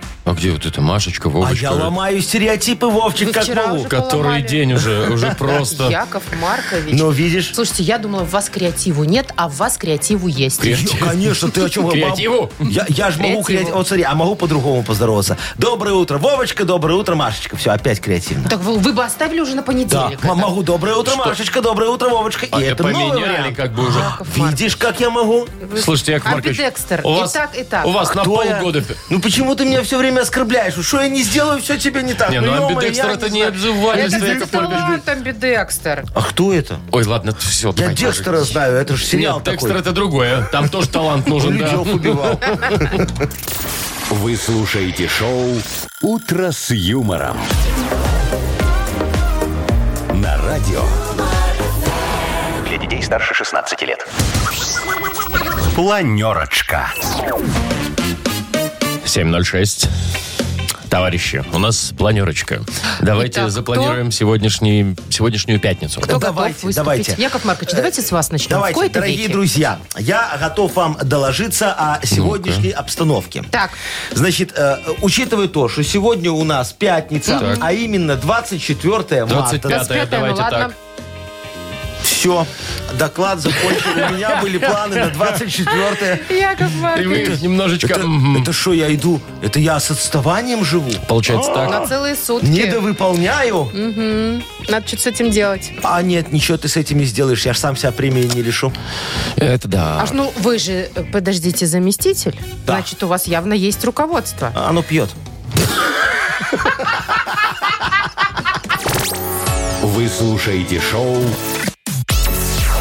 А где вот эта Машечка, А Вовочка? я ломаю стереотипы, Вовчик, Вы как вчера могу. уже- Который Поломали. день уже, уже просто... Яков Маркович. Ну, видишь? Слушайте, я думала, в вас креативу нет, а в вас креативу есть. Кре- Ё, Конечно, ты о чем? Креативу? Я, я же могу Креативу. креативу. Вот смотри, а могу по-другому поздороваться. Доброе утро, Вовочка, доброе утро, Машечка. Все, опять креативно. Так вы, вы бы оставили уже на Да, понедельник. м- это. могу доброе утро, Машечка, доброе утро, Вовочка. А, И это новый поменяли вариант. как бы уже. Яков Маркович. Видишь, как я могу? Слушайте, Яков Маркович, Амбидекстер. у вас, И так, и так. У вас на Кто я? полгода... Ну почему ты меня все время оскорбляешь? Ну, Что я не сделаю, все тебе не так. Не, ну ё-моё, амбидекстер я это не не знаю. обзывательство, Это Яков Маркович. талант амбидекстер. А кто это? Ой, ладно, все. Я Декстера знаю, это же сериал Нет, такой. Декстер это другое. Там тоже талант нужен, да. Людёв убивал. Вы слушаете шоу «Утро с юмором». На радио. Для детей старше 16 лет. Планерочка. 7.06. Товарищи, у нас планерочка. Давайте Итак, кто? запланируем сегодняшний, сегодняшнюю пятницу. Кто Давайте, готов выступить? давайте. Яков Маркович, давайте с вас начнем. В Давайте, кои-то дорогие веки. друзья, я готов вам доложиться о сегодняшней обстановке. Так. Значит, э, учитывая то, что сегодня у нас пятница, Так. а именно 24 марта. 25 25-е, давайте ну ладно. так. Все, доклад закончен. У меня были планы на 24 Яков И Маркович. мы немножечко... мгм. Это что, я иду? Это я с отставанием живу? А! Получается На так. целые сутки. Недовыполняю? Надо что-то с этим делать. А нет, ничего ты с этим не сделаешь. Я ж сам себя премии не лишу. Это А да. Аж ну вы же, э, подождите, заместитель. Да. Значит, у вас явно есть руководство. А Оно пьет. Вы слушаете шоу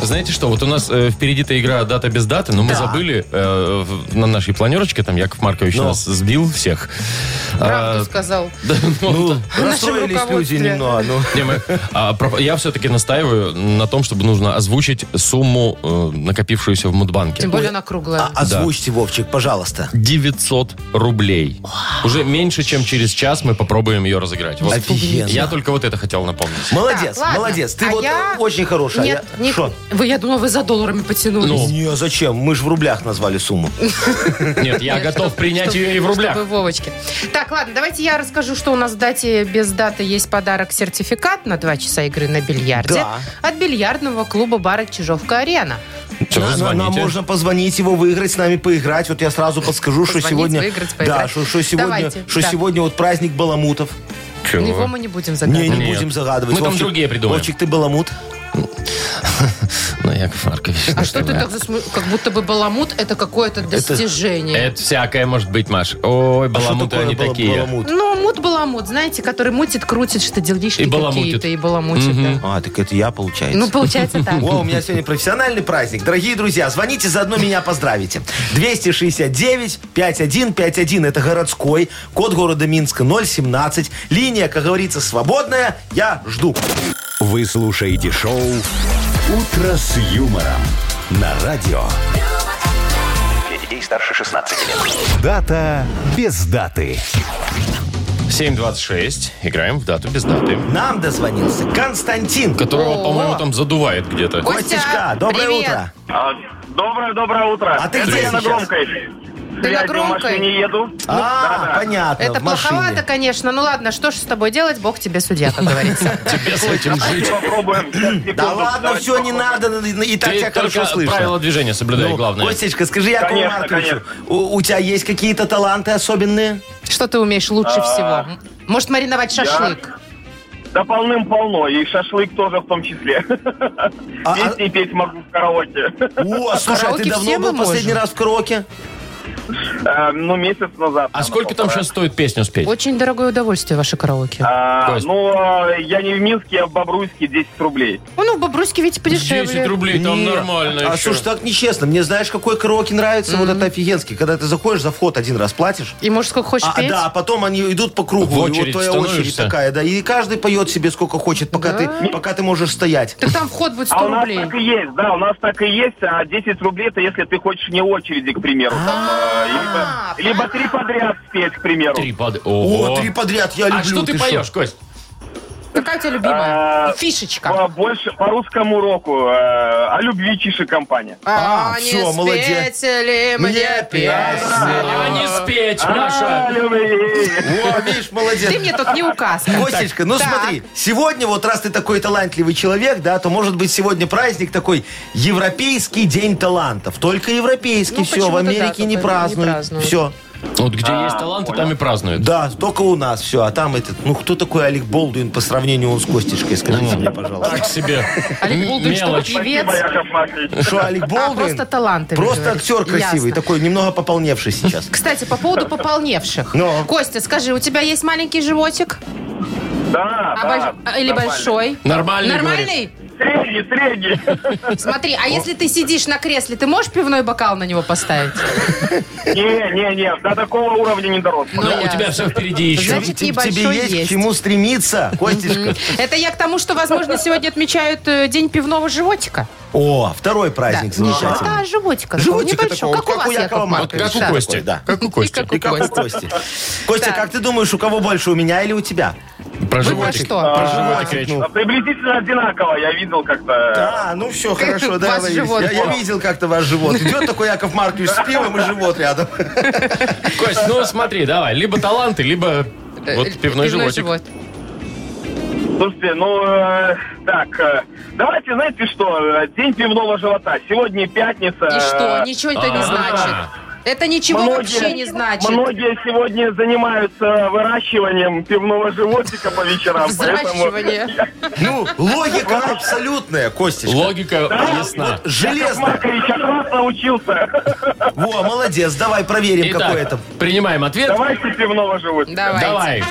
Знаете что, вот у нас э, впереди-то игра «Дата без даты», но мы забыли э, в- на нашей планерочке, там Яков Маркович Ну. нас сбил всех. А, Правду сказал. Да, ну, Ну, нашем расстроились люди руководстве. немного. ну. не, мы- а, про- я все-таки настаиваю на том, чтобы нужно озвучить сумму, э, накопившуюся в Мудбанке. Тем более она круглая. А- Озвучьте, Вовчик, пожалуйста. 900 рублей. Уже меньше, чем через час мы попробуем ее разыграть. Вот. Офигенно. Я только вот это хотел напомнить. Молодец, Так, ладно. молодец. Ты А вот я- э, очень хорошая. Нет, Я- не... Шо? Вы, я думала, вы за долларами потянулись. а Ну, Не, зачем? Мы же в рублях назвали сумму. Нет, я Нет, готов чтоб- принять чтоб- ее и в рублях. чтобы Вовочке. Так, ладно, давайте я расскажу, что у нас в дате без даты есть подарок сертификат на 2 часа игры на бильярде Да. от бильярдного клуба бара Чижовка-Арена. Всё, вы На- на- Нам звоните. можно позвонить его, выиграть, с нами поиграть. Вот я сразу подскажу, что Позвонить, сегодня... выиграть, да, поиграть. что, что сегодня, Давайте, что да. сегодня вот праздник Баламутов. Чего? Его мы не будем Не, загадывать. не Нет. будем загадывать. Мы там другие придумаем. Вовчик, ты Баламут? А Ну, Яков Маркович. А что ты понимаю. так засму- Как будто бы баламут это какое-то достижение. Это всякое может быть, Маш. Ой, А что баламуты такое они бала- такие. Баламут? Ну, мут-баламут, знаете, который мутит, крутит, что делишки И баламутит. какие-то и баламутит. да. А, так это я, получается. Ну, получается так. О, у меня сегодня профессиональный праздник. Дорогие друзья, звоните, заодно меня поздравите. 269-5151, это городской, код города Минска 017. Линия, как говорится, свободная. Я жду. Вы слушаете шоу «Утро с юмором» на радио. Для детей старше 16 лет. Дата без даты. 7.26. Играем в дату без даты. Нам дозвонился Константин. Которого, О. по-моему, там задувает где-то. Ой. Костюшка, доброе привет. утро. А, Доброе, доброе утро. А ты Это где я на сейчас? громкой. Ты я на иду в громкой? машине еду. А, да-да. понятно, Ну, Это в машине. плоховато, конечно. Ну ладно, что ж с тобой делать? Бог тебе судья, как говорится. Тебе с этим жить. Попробуем. Сейчас, секунду, Да ладно, давайте все, не попробуем. надо, и так Ты тебя хорошо только слышно. правила движения соблюдай, Ну, главное. Костечка, скажи Якову Конечно, Марковичу, конечно. у, у тебя есть какие-то таланты особенные? Что ты умеешь лучше А, всего? Может, мариновать шашлык? Да полным-полно. И шашлык тоже в том числе. а- Песни петь могу в караоке. О, слушай, а ты караоке давно все мы был последний можем. раз в караоке? Э, ну, месяц назад. А сколько там сейчас стоит песню спеть? Очень дорогое удовольствие ваше караоке. Э, Кость? ну, э, я не в Минске, я в Бобруйске, 10 рублей. Ну, ну, в Бобруйске ведь подешевле. 10 рублей, там Не, нормально А еще. слушай, так нечестно. Мне знаешь, какой караоке нравится? Вот это офигенский. Когда ты заходишь, за вход один раз платишь. И может, сколько хочешь А, петь? да, а потом они идут по кругу. В и очередь вот твоя очередь становишься. такая, да. И каждый поет себе сколько хочет, пока, ты, пока ты можешь стоять. Так там вход будет 100 А у нас рублей. так и есть, да, у нас так и есть, а 10 рублей это если ты хочешь не очереди, к примеру. там, э, А, либо- Либо три подряд спеть, к примеру. Три под... О, Ого. три подряд, я люблю. А что ты шо? поешь, Кость? Какая у тебя любимая? А, Фишечка. По- Больше по русскому року, э, о любви чише компания. А, А, не всё, молодец. спеть ли мне Мне песню? песню. А не спеть, О Маша. любви. О, видишь, молодец. Ты мне тут не указ. Костечка, ну Так. смотри, сегодня вот раз ты такой талантливый человек, да, то может быть сегодня праздник такой Европейский день талантов. Только европейский, Ну, все, в почему-то да, Америке только не не празднуют. празднуют. Все. Вот где есть таланты, там и празднуют. Да, только у нас все. А там этот, ну кто такой Олег Болдуин по сравнению с Костечкой, скажите мне, пожалуйста. Так себе. Олег Булдыч, что Мелочь. певец, Спасибо, Яков Маркович. Что, Олег а Болдуин? просто талантами. Просто говорит. актер красивый, Ясно. такой немного пополневший сейчас. Кстати, по поводу пополневших. Ну? Костя, скажи, у тебя есть маленький животик? Да, А да, больш- а, Или нормально. большой? Нормальный, Нормальный? Средний, средний. Смотри, а если ты сидишь на кресле, ты можешь пивной бокал на него поставить? Не, не, не, до такого уровня не дорос. Ну, Но у тебя все впереди еще. Значит, Тебе- небольшой Тебе есть к есть. чему стремиться, Костечка. Это я к тому, что, возможно, сегодня отмечают э, День пивного животика. О, второй Да, праздник не живота, замечательный. а животика. такого Животика небольшого. такого, Как у вас, Якова Марковича. Маркович? Марковича. Как у Да. Кости. Да. Как у Кости. И как у И как у Кости. Кости. Костя, Так. как ты думаешь, у кого больше, у меня или у тебя? Про Вы про животик. что? Про животик речь. Да, Приблизительно одинаково, я видел как-то. Да, ну все, хорошо, Ваш да, Лариса. живот. Я, я видел как-то ваш живот. Идет такой Яков Маркович с пивом и живот рядом. Кость, ну смотри, давай. Либо таланты, либо вот Э, пивной животик. живот. Слушайте, ну, э, так, э, давайте, знаете что, э, день пивного живота. Сегодня пятница. Э, И что? Ничего это не А. значит. Это ничего вообще не значит. Многие сегодня занимаются выращиванием пивного животика по вечерам. поэтому- Взращивание. Ну, логика абсолютная, Костечка. Логика ясна. Яков Железно. Маркович, от вас научился. Во, молодец, давай проверим, какой это. Итак, принимаем ответ. Давайте пивного животика. Давайте. Давай.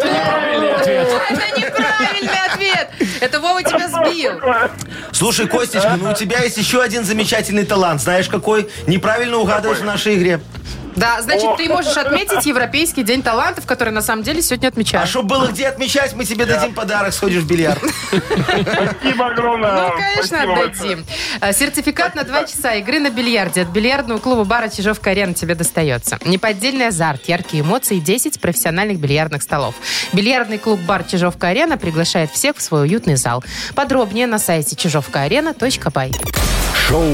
Это неправильный ответ. Ой, Это неправильный ответ. Это Вова тебя сбил. Слушай, Костечка, ну у тебя есть еще один замечательный талант. Знаешь, какой? Неправильно угадываешь в нашей игре. Да, значит, ты можешь отметить Европейский день талантов, который на самом деле сегодня А отмечают. чтоб было где отмечать, мы тебе дадим подарок, сходишь в бильярд. Спасибо огромное. Ну, вам. конечно, Спасибо отдадим. Э, Сертификат на два часа игры на бильярде от бильярдного клуба бара «Чижовка Арена» тебе достается. Неподдельный азарт, яркие эмоции, 10 профессиональных бильярдных столов. Бильярдный клуб бар «Чижовка Арена» приглашает всех в свой уютный зал. Подробнее на сайте чижовкаарена.бай. Шоу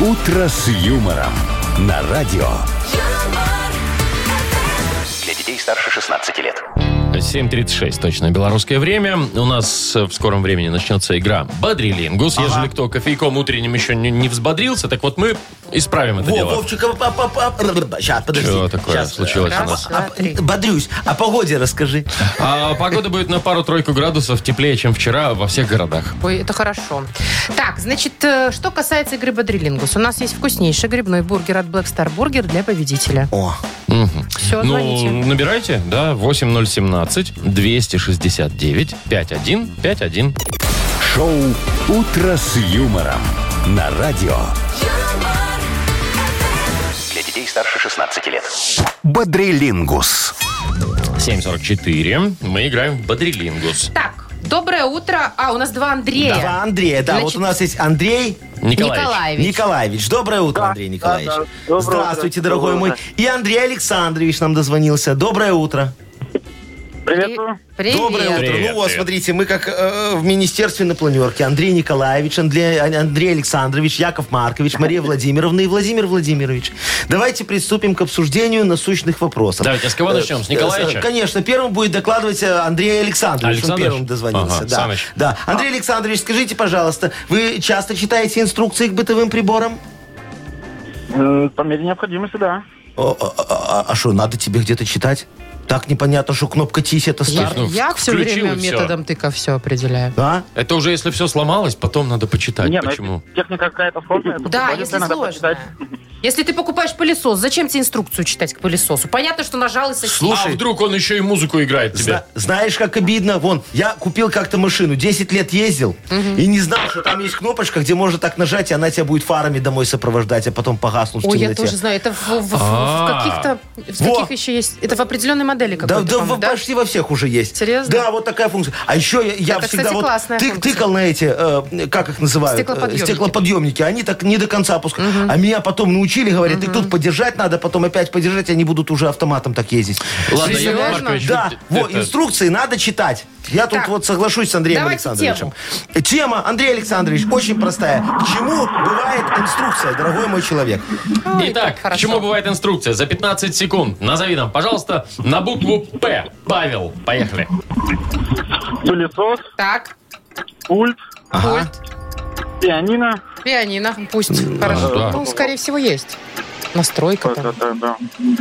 «Утро с юмором» на радио. Для детей старше 16 лет. 7.36, точно, белорусское время. У нас э, в скором времени начнется игра «Бодрилингус». Ежели кто кофейком утренним еще не, не взбодрился, так вот мы исправим это Во, дело. Вовчик, сейчас, подожди. Что такое Щас, э, случилось у а, нас? а, Бодрюсь. О погоде расскажи. А, погода будет на пару-тройку градусов теплее, чем вчера во всех городах. Ой, это хорошо. Так, значит, э, что касается игры «Бодрилингус». У нас есть вкуснейший грибной бургер от Black Star Burger для победителя. О, Все, звоните. Ну, набирайте, да, 8017-269-5151. Шоу «Утро с юмором» на радио. Для детей старше 16 лет. Бодрилингус. 744. Мы играем в «Бодрилингус». Так, доброе утро. А, у нас два Андрея. Два Андрея, да. Вот Значит- у нас есть Андрей Николаевич. Николаевич. Николаевич. Доброе утро, Андрей Николаевич. да. Доброе утро. Здравствуйте, дорогой Доброе мой. утро. И Андрей Александрович нам дозвонился. Доброе утро. большое. Привет. Привет. Доброе утро. Привет, ну вот, привет. смотрите, мы как э, в министерстве на планерке. Андрей Николаевич, Андрей, Андрей Александрович, Яков Маркович, Мария Владимировна и Владимир Владимирович. Давайте приступим к обсуждению насущных вопросов. Давайте, а с кого начнем? С Э, Николаевича? э, Конечно, первым будет докладывать э, Андрей Александрович. Он Александрович? первым дозвонился. Ага, да. Саныч. Да. Андрей Александрович, скажите, пожалуйста, вы часто читаете инструкции к бытовым приборам? М, По мере необходимости, да. О, а- а а что, надо тебе где-то читать? Так непонятно, что кнопка тись это Я, старт. А? ну, я все включил время и всё. методом тыка все определяю. Да? Это уже если все сломалось, потом надо почитать. Не, ну, А Почему? если техника какая-то сложная. Да, то предварительно если надо сложно. почитать. Если ты покупаешь пылесос, зачем тебе инструкцию читать к пылесосу? Понятно, что нажал и сосед. А вдруг он еще и музыку играет тебе? Зна- знаешь, как обидно? Вон, я купил как-то машину, 10 лет ездил, и не знал, что там есть кнопочка, где можно так нажать, и она тебя будет фарами домой сопровождать, а потом погаснут в Ой, я темноте. тоже знаю, это в, в- в- в А. каких-то... В Во. каких еще есть? Это в определенной модели Да, какой-то, да, по-моему, во- да? почти во всех уже есть. Серьезно? Да, вот такая функция. А еще я, я Это, всегда кстати, вот классная тык- функция. тыкал на эти, э, как их называют? Э, Стеклоподъемники. Стеклоподъемники. Они так не до конца опускают. А меня потом научили, говорят, их тут подержать надо, потом опять подержать, и они будут уже автоматом так ездить. Ладно, Яков Серьезно? Маркович, Да, вот вот, это- инструкции надо читать. Я тут Так. вот соглашусь с Андреем Давайте Александровичем. Тема, Андрей Александрович, очень простая. К чему бывает инструкция, дорогой мой человек? Ой, Итак, как хорошо. к чему бывает инструкция? За 15 секунд. Назови нам, пожалуйста, на букву П. Павел, поехали. Пылесос, Так, пульт, Ага. пульт, пианино. пианино, пусть. Хорошо. да. Ну, скорее всего, есть. Настройка там. Да-да-да. М,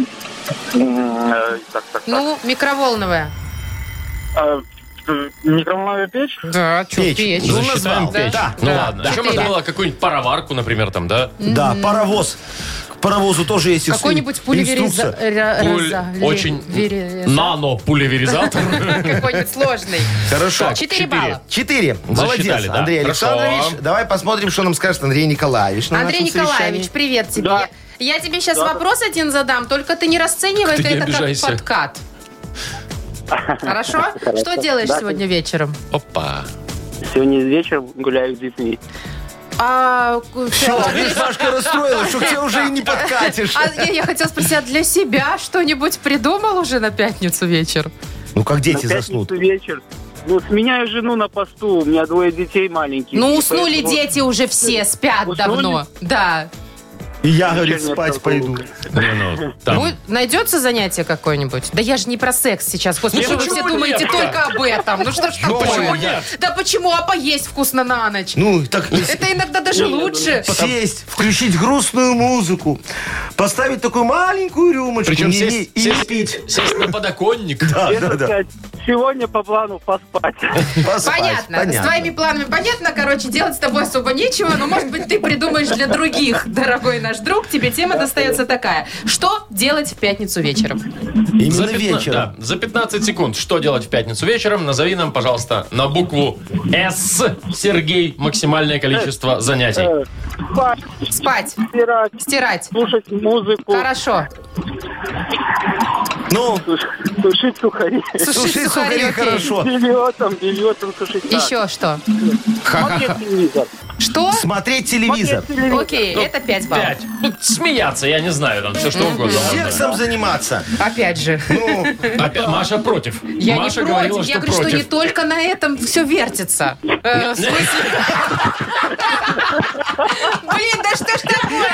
э, Так, так, так. Ну, микроволновая. А, э, Микроволновая печь? Да, чё, Печь. печь. Ну, Засчитаем назвал. печь. Да. Ну Да. ладно. Еще Четыре. можно было какую-нибудь пароварку, например, там, да? Да, паровоз. К паровозу тоже есть инстру- Какой-нибудь инструкция. пулевериза... ра- Пуль- раза- ле- Очень вереза- нано-пулеверизатор. Какой-нибудь сложный. Хорошо. Так, Четыре балла. Четыре. Молодец, Засчитали, да. Андрей Хорошо. Александрович. Давай посмотрим, что нам скажет Андрей Николаевич. на Андрей нашем совещании. Николаевич, привет тебе. Да. Я тебе сейчас вопрос один задам, только ты не расценивай Ты не это как обижайся. подкат. Хорошо? Что делаешь Да. сегодня вечером? Опа. Сегодня вечером гуляю с детьми. А, к- Всё, а, видишь, Машка расстроилась, что к тебе уже и не подкатишь. а, я, я хотела спросить, а для себя что-нибудь придумал уже на пятницу вечер? Ну, как На дети пятницу заснут. вечер. Ну, сменяю жену на посту. У меня двое детей маленьких. Ну, И типа, уснули поэтому дети уже все, спят Уснули? давно. Да. И я, говорит, вечерняя спать прогулка. пойду. Не, ну, там. Бу- найдется занятие какое-нибудь? Да я же не про секс сейчас. Ну, Господи, что вы почему все думаете нет? только об этом? Ну что ж Ну, такое? почему нет? Да почему? А поесть вкусно на ночь? Ну, так Это иногда даже ну, лучше. сесть, включить грустную музыку, поставить такую маленькую рюмочку Причем не- не- сесть, и сесть- пить. сесть на подоконник. Да, да, честно да. сказать, Сегодня по плану поспать. Поспать, Понятно. С твоими планами понятно, короче, делать с тобой особо нечего, но, может быть, ты придумаешь для других, дорогой наш друг. Тебе тема достается такая. Что делать в пятницу вечером? Именно пятна- вечером. да, за 15 секунд. Что делать в пятницу вечером? Назови нам, пожалуйста, на букву С, Сергей, максимальное количество занятий. Э, Спать, Спать, стирать, стирать. слушать музыку, Хорошо. Ну, Суш- Сушить сухари. сушить сухари окей. хорошо. Белье там, белье там сушить. Да. Еще что? Смотреть телевизор. Что? Смотреть телевизор. Окей, это 5 баллов. Пять. Ну, смеяться, я не знаю, там все что угодно. Сексом заниматься. Опять же. Опять- Маша против. Я Маша не говорила, против. Я что говорю, что не против. только на этом все вертится. Э, в смысле? Блин, да что ж такое?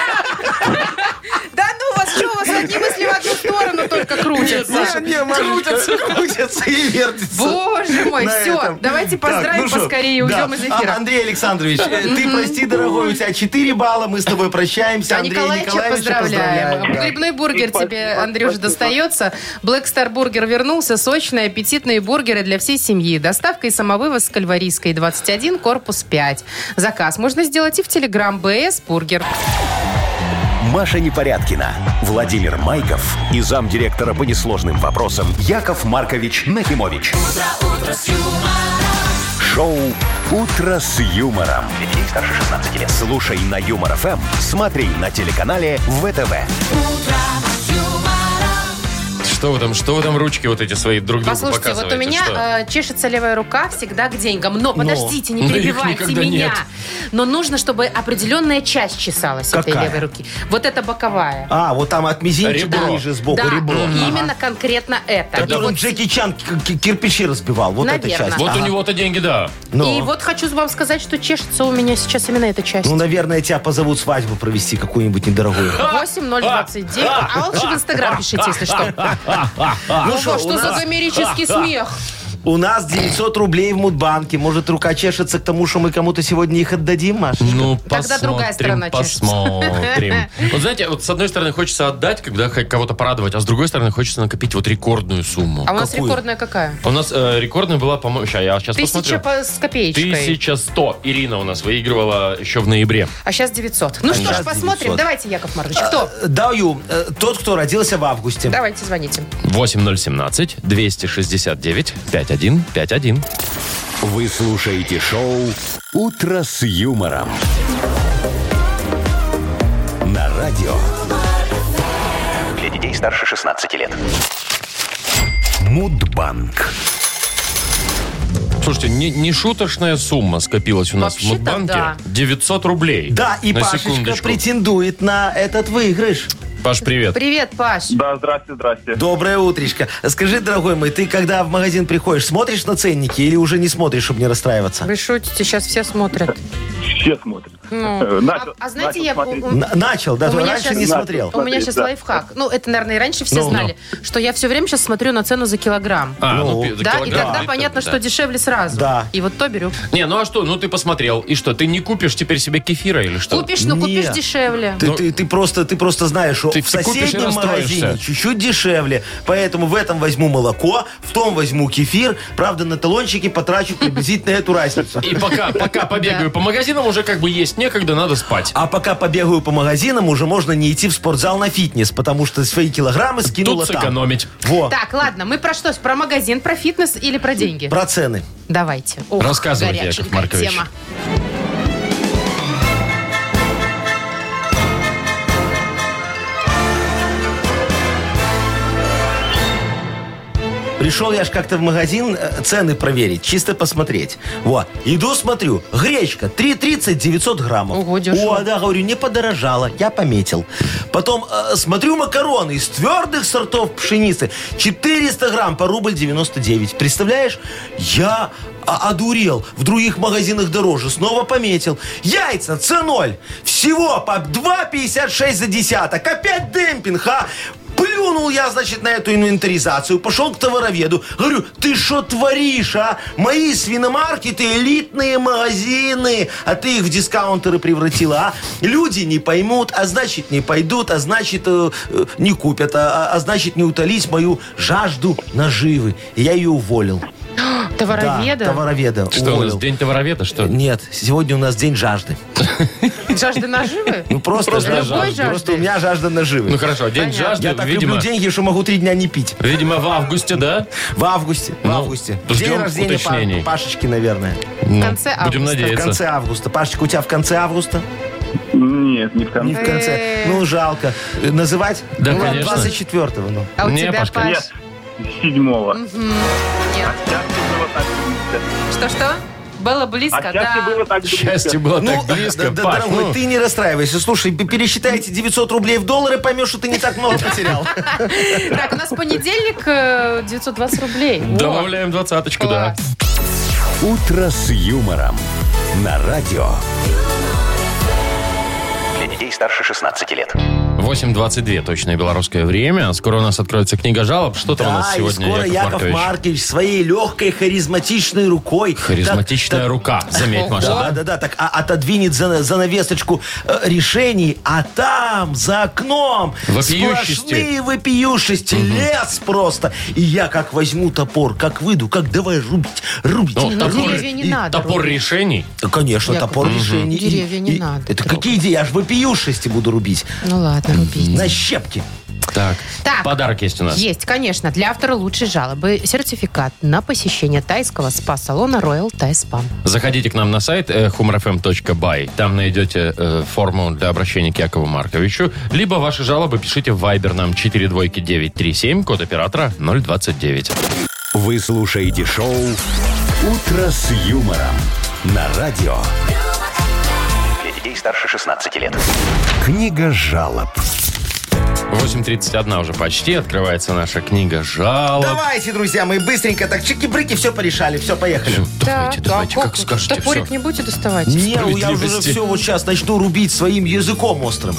Да ну вас, что у вас одни мысли в одну сторону только крутятся? Не, Машечка, крутится и вертится. Боже мой, на все, этом. давайте Так, поздравим ну что, поскорее и да. уйдем из А, эфира. Андрей Александрович, э, ты прости, дорогой, у тебя 4 балла, мы с тобой прощаемся. А Андрей Николаевича Николаевича поздравляем. поздравляем. да. Грибной бургер тебе, Андрюш, достается. Black Star Burger вернулся. Сочные, аппетитные бургеры для всей семьи. Доставка и самовывоз с Кальварийской 21, корпус 5. Заказ можно сделать и в Телеграм БС Бургер. Маша Непорядкина, Владимир Майков и замдиректора по несложным вопросам Яков Маркович Нахимович. Шоу Утро с юмором. Для детей старше 16 лет. Слушай на юмор ФМ, смотри на телеканале ВТВ. Что вы там, что вы там ручки вот эти свои друг другу Послушайте, вот у показываете, меня что? э, чешется левая рука всегда к деньгам. Но, подождите, не Но их перебивайте никогда меня. нет. Но нужно, чтобы определенная часть чесалась этой Какая? левой руки. Вот эта боковая. А, вот там от мизинчика Ребро. ниже сбоку да, ребро. и Ага. именно конкретно это. Тогда И Которым вот Джеки Чан к- к- кирпичи разбивал. Вот эта Наверно. часть. Вот у Ага. него-то деньги, да. Ну. И вот хочу вам сказать, что чешется у меня сейчас именно эта часть. Ну, наверное, тебя позовут свадьбу провести какую-нибудь недорогую. 8029. а, А лучше в Инстаграм пишите, если что. Ну Ого, шо, у что за нас- гомерический смех? У нас 900 рублей в Мудбанке. Может, рука чешется к тому, что мы кому-то сегодня их отдадим, Маша? Ну, Тогда другая сторона чешется. посмотрим. Вот знаете, вот с одной стороны хочется отдать, когда х- кого-то порадовать, а с другой стороны хочется накопить вот рекордную сумму. А у нас Какую? рекордная какая? У нас э, рекордная была, по-моему, сейчас я сейчас Тысяча посмотрю. по- с копеечкой. 1100 Ирина у нас выигрывала еще в ноябре. А сейчас 900. Ну что ж, сейчас посмотрим. 900. Давайте, Яков Маркович. Кто? Даю. Э, Тот, кто родился в августе. Давайте, звоните. 8017 269 5151. Вы слушаете шоу «Утро с юмором». На радио Для детей старше 16 лет. Мудбанк. Слушайте, не, не шуточная сумма скопилась у нас в Вообще-то Мудбанке. да. 900 рублей. Да, и на Пашечка секундочку. претендует на этот выигрыш. Паш, привет. Привет, Паш. Да, здрасте, здрасте. Доброе утречко. Скажи, дорогой мой, ты когда в магазин приходишь, смотришь на ценники или уже не смотришь, чтобы не расстраиваться? Вы шутите, сейчас все смотрят. Все смотрят. Э, Ну, Начал- а, а знаете, начал я... смотреть. у- Н- начал, да? У меня раньше щас- не смотрел. У меня сейчас Да. лайфхак. Ну, это, наверное, и раньше все Ну. знали, что я все время сейчас смотрю на цену за килограмм. А, ну, Ну, пи- за Да, и килограмм. тогда понятно, Да. что дешевле сразу. Да. Э, И вот то беру. Не, ну а что? Ну ты посмотрел. И что, ты не купишь теперь себе кефира или что? Купишь, ну купишь Нет. дешевле. Ты, ты- ты просто, ты просто знаешь, что Ты в все купишь и соседнем расстроишься. магазине чуть-чуть дешевле. Поэтому в этом возьму молоко, в том возьму кефир. Правда, на талончике потрачу приблизительно эту разницу. И пока, пока побегаю по магазинам, уже как бы есть некогда, надо спать. А пока побегаю по магазинам, уже можно не идти в спортзал на фитнес, потому что свои килограммы скинула Тут там. сэкономить. Во, Так, ладно, мы про что? Про магазин, про фитнес или про деньги? про цены. Давайте. Ох, Рассказывайте, горяченькая Яков Маркович. тема. Пришел я ж как-то в магазин э, цены проверить, чисто посмотреть. Вот. Иду, смотрю, гречка 3,30, 900 граммов. Ого, дешево. О, да, говорю, не подорожала, я пометил. Потом э, смотрю макароны из твердых сортов пшеницы. 400 грамм по рубль 99. Представляешь? Я о- одурел. В других магазинах дороже. Снова пометил. Яйца ценой всего по 2,56 за десяток. Опять демпинг, а? Плюнул я, значит, на эту инвентаризацию, пошел к товароведу. Говорю, ты что творишь, а? Мои свиномаркеты элитные магазины, а ты их в дискаунтеры превратила, а? Люди не поймут, а значит, не пойдут, а значит, э, э, не купят, а, а- а значит, не утолить мою жажду наживы. И Я ее уволил. Товароведа? Да, товароведа. Что у уволил. нас, день товароведа, что ли? Нет, сегодня у нас день жажды. Жажда наживы? Ну, просто, Просто жажда. любой жажды. Просто у меня жажда наживы. Ну хорошо, день Понятно. жажды, Я так видимо. люблю деньги, что могу три дня не пить. Видимо, в августе, да? В августе. В Ну, августе. ждем День рождения Па- уточнений. Пашечки, наверное. Ну, конце Будем августа. В надеяться. конце августа. Пашечка, у тебя в конце августа? Нет, Не не в конце. в конце. Э. Ну, жалко. Э, Называть? Да, ну, ладно, конечно. 24-го. Ну. А у Не, тебя, Пашка, Паш? Нет, седьмого. Нет. А счастье было так близко. Что-что? Было близко, А счастье да. было так близко. Счастье было так Ну, близко, да- да, Паш, дорогой, ну. ты не расстраивайся. Слушай, п- пересчитай эти 900 рублей в доллары, поймешь, что ты не так много потерял. Так, у нас понедельник э, 920 рублей. Во. Добавляем двадцаточку, да. Класс. «Утро с юмором». На радио Для детей старше 16 лет. 8.22 точное белорусское время. Скоро у нас откроется книга жалоб. Что там у нас Да, и сегодня, скоро Яков Маркович. своей легкой харизматичной рукой. так- Харизматичная так- рука, заметь, Маша. Да, да, да, так а- отодвинет за, занавесочку э, решений, а там, за окном, Вопиющести. сплошные вопиющести, лес просто. И я как возьму топор, как выйду, как давай рубить, рубить. Ну, рубить. топор, деревья не и надо топор рубить. решений. Да, Конечно, Яков топор решений. И- Деревья не и- надо Это трогать. какие идеи? Я аж вопиющести буду рубить. Ну ладно, рубите. На щепки. Так, Так. подарок есть у нас. Есть, конечно. Для автора лучшей жалобы сертификат на посещение тайского спа-салона Royal Thai Spa. Заходите к нам на сайт э, humorfm.by. Там найдете э, форму для обращения к Якову Марковичу. Либо ваши жалобы пишите в Viber нам 42937, код оператора 029. вы слушаете шоу «Утро с юмором». На радио Для детей старше 16 лет. книга жалоб. 8.31 уже почти. Открывается наша книга жалоб. Давайте, друзья мои, быстренько так чики-брыки, все порешали, все, поехали. Всё, Ну, Давайте, давайте, как скажете. всё. Топорик не будете доставать? Не, ну я уже Справедливости. все вот сейчас начну рубить своим языком острым.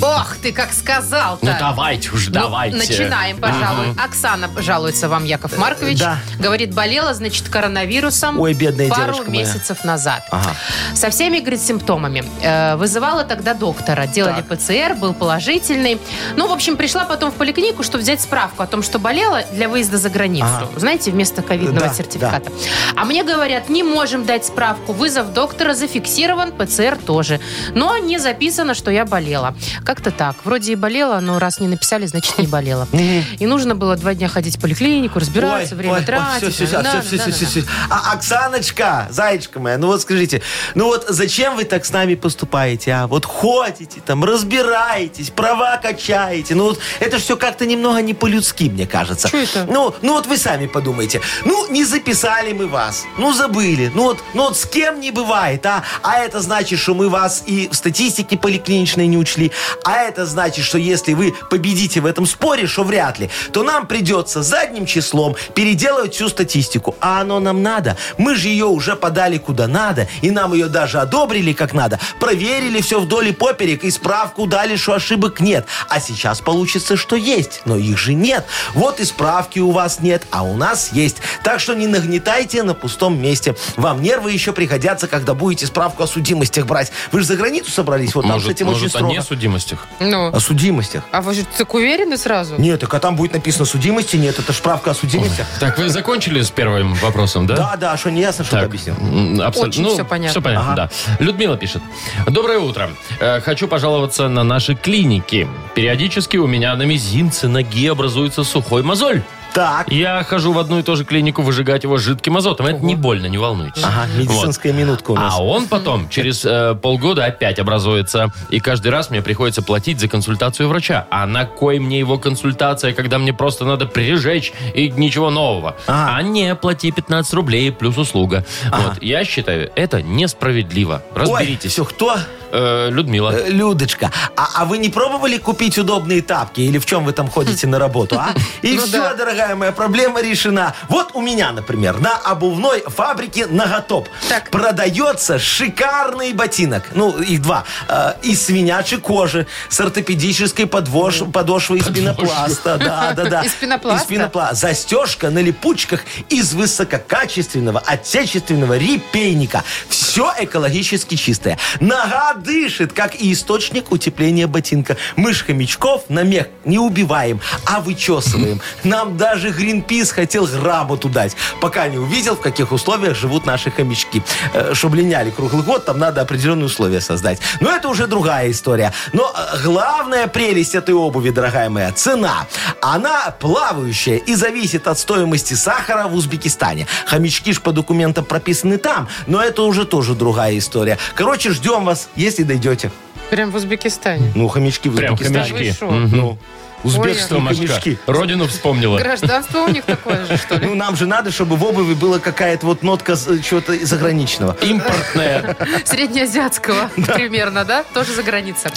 Ох ты, как сказал-то. Ну давайте уж, Ну, давайте. начинаем, пожалуй. Оксана жалуется вам, Яков Маркович. Э, да. Говорит, болела, значит, коронавирусом Ой, бедная пару девочка моя. месяцев назад. Ага. Со всеми, говорит, симптомами. Э, вызывала тогда доктора. Делали ПЦР, был положительный. Ну, в общем, пришла потом в поликлинику, чтобы взять справку о том, что болела для выезда за границу. Ага. Знаете, вместо ковидного Да, сертификата. А мне говорят, не можем дать справку. Вызов доктора зафиксирован, ПЦР тоже. Но не записано, что я болела. Как-то так. Вроде и болела, но раз не написали, значит не болела. И нужно было два дня ходить в поликлинику, разбираться, время тратить. все, все, Да, да, все, да, все, да. все, все. А, Оксаночка, зайчка моя, ну вот скажите, ну вот зачем вы так с нами поступаете, а? Вот ходите там, разбираетесь, права качаете. Ну вот это все как-то немного не по-людски, мне кажется. Чё это? Ну, ну вот вы сами подумайте. Ну, не записали мы вас, ну забыли. Ну вот, ну вот с кем не бывает, а? А это значит, что мы вас и в статистике поликлиничной не учли. А это значит, что если вы победите в этом споре, что вряд ли, то нам придется задним числом переделывать всю статистику. А оно нам надо. Мы же ее уже подали куда надо, и нам ее даже одобрили как надо. Проверили все вдоль и поперек, и справку дали, что ошибок нет. А сейчас получится, что есть, но их же нет. Вот и справки у вас нет, а у нас есть. Так что не нагнетайте на пустом месте. Вам нервы еще пригодятся, когда будете справку о судимостях брать. Вы же за границу собрались, вот там с Может, этим очень может о строго. несудимостях? Ну, О судимостях. а вы же так уверены сразу? Нет, так а там будет написано судимости, нет, это ж справка о судимостях. Так, вы закончили с первым вопросом, да? Да, да, что не ясно, что ты Так, объяснил. м, абсолютно. Очень ну, всё понятно. всё понятно, да. Людмила пишет. Доброе утро. Э, хочу пожаловаться на наши клиники. Периодически у меня на мизинце ноги образуется сухой мозоль. Так. Я хожу в одну и ту же клинику выжигать его жидким азотом. Это не больно, не волнуйтесь. Ага, Вот. медицинская минутка у нас. А он потом через э, полгода опять образуется. И каждый раз мне приходится платить за консультацию врача. А на кой мне его консультация, когда мне просто надо прижечь и ничего нового? Ага. А не, плати 15 рублей плюс услуга. А. Вот, я считаю, это несправедливо. Разберитесь. все, кто? Э, Людмила. Э, Людочка, а, а вы не пробовали купить удобные тапки? Или в чем вы там ходите на работу, а? И Ну все, да. дорогая моя, проблема решена. Вот у меня, например, на обувной фабрике Ноготоп Так. продается шикарный ботинок. Ну, их два. Э, Из свинячей кожи, с ортопедической подвош- подошвой из пенопласта. Да, да, да. Из пенопласта? Из пенопла- Застежка на липучках из высококачественного отечественного репейника. Все экологически чистое. Нога дышит, как и источник утепления ботинка. Мы ж хомячков на мех не убиваем, а вычесываем. Нам даже Гринпис хотел грамоту дать, пока не увидел, в каких условиях живут наши хомячки. Э, Чтоб линяли круглый год, там надо определенные условия создать. Но это уже другая история. Но э, главная прелесть этой обуви, дорогая моя, цена. Она плавающая и зависит от стоимости сахара в Узбекистане. Хомячки ж по документам прописаны там, но это уже тоже другая история. Короче, ждем вас, если дойдете. Прям в Узбекистане. Ну, хомячки в Прям Узбекистане. Да вы хомячки. шо? Ну, узбекские Что, Машка, хомячки. Родину вспомнила. Гражданство у них такое же, что ли? Ну, нам же надо, чтобы в обуви была какая-то вот нотка э, чего-то заграничного. Импортная. Среднеазиатского примерно, да? Тоже за граница.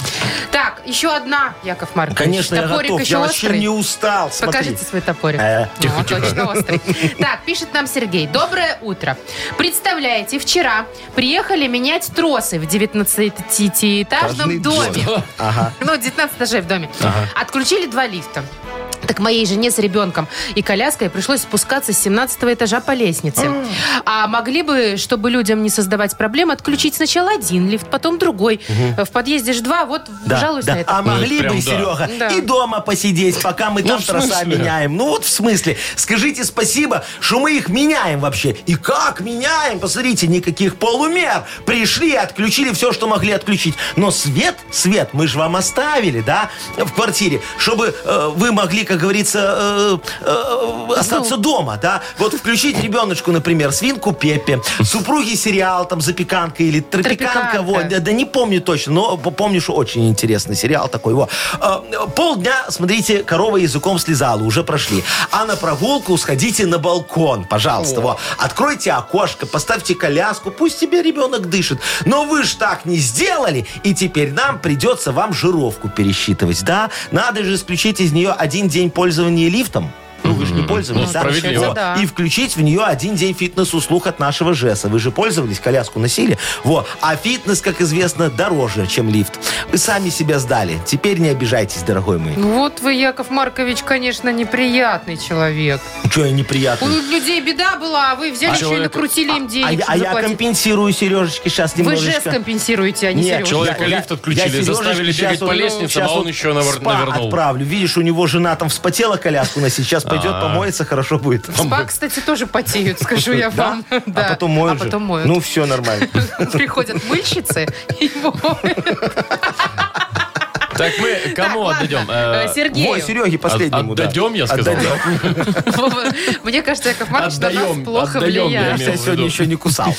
Так, еще одна, Яков Маркович. Конечно, я Топорик готов. еще Я вообще острый. не устал. Смотри. Покажите свой топорик. Э, Ну, он точно острый. Так, пишет нам Сергей. Доброе утро. Представляете, вчера приехали менять тросы в 19-этажном доме. Ну, 19 этажей в доме. Отключили два лифта. Так моей жене с ребенком и коляской пришлось спускаться с 17 этажа по лестнице. А могли бы, чтобы людям не создавать проблем, отключить сначала один лифт, потом другой. В подъезде же два, вот Да, жалуюсь да. на это. А могли Ну, прям бы, да. Серега, Да. и дома посидеть, пока мы там в троса смысле? меняем. Ну вот в смысле. Скажите спасибо, что мы их меняем вообще. И как меняем? Посмотрите, никаких полумер. Пришли, отключили все, что могли отключить. Но свет, свет мы же вам оставили, да, в квартире, чтобы э, вы могли, как говорится, э, э, остаться Ну. дома, да. Вот включить ребеночку, например, свинку Пеппи, супруги сериал там «Запеканка» или «Тропиканка», «Тропиканка». вот, да, да не помню точно, но п- помню, что очень интересный сериал такой. Во. А, Полдня, смотрите, корова языком слезала, уже прошли. А на прогулку сходите на балкон, пожалуйста. Во. Откройте окошко, поставьте коляску, пусть тебе ребенок дышит. Но вы ж так не сделали, и теперь нам придется вам жировку пересчитывать, да? Надо же исключить из нее один день пользования лифтом. Ну, ну вы же не пользовались. Ну, да? справедливо. Во. Да. И включить в нее один день фитнес-услуг от нашего ЖЭСа. Вы же пользовались, коляску носили. Во. А фитнес, как известно, дороже, чем лифт. Вы сами себя сдали. Теперь не обижайтесь, дорогой мой. Ну Вот вы, Яков Маркович, конечно, неприятный человек. Что я У неприятный? людей беда была, а вы взяли А еще и человек- накрутили им А, денег, я- а чтобы я заплатить. компенсирую Сережечки сейчас Вы немножечко. жест компенсируете, а не Нет, Сережа. человека я- лифт я- отключили, я заставили Сережечке бегать щас по вот- лестнице, щас а он вот еще навер- спа навернул. А. отправлю. Видишь, у него жена там вспотела коляску носить. Сейчас пойдет помоется, хорошо будет. Спа, кстати, тоже потеют, скажу я Да? вам. А потом моют А же. потом моют. Ну, все нормально. Приходят мыльщицы и моют. Так мы кому Так, отдадем? ладно, Э, Сергею. Ой, Сереге последнему, да. отдадем, я сказал, Отдадем. Мне кажется, Яков Маркович на нас Отдаем, плохо отдаем, я влияет. имею Я в сегодня виду. еще не кусал.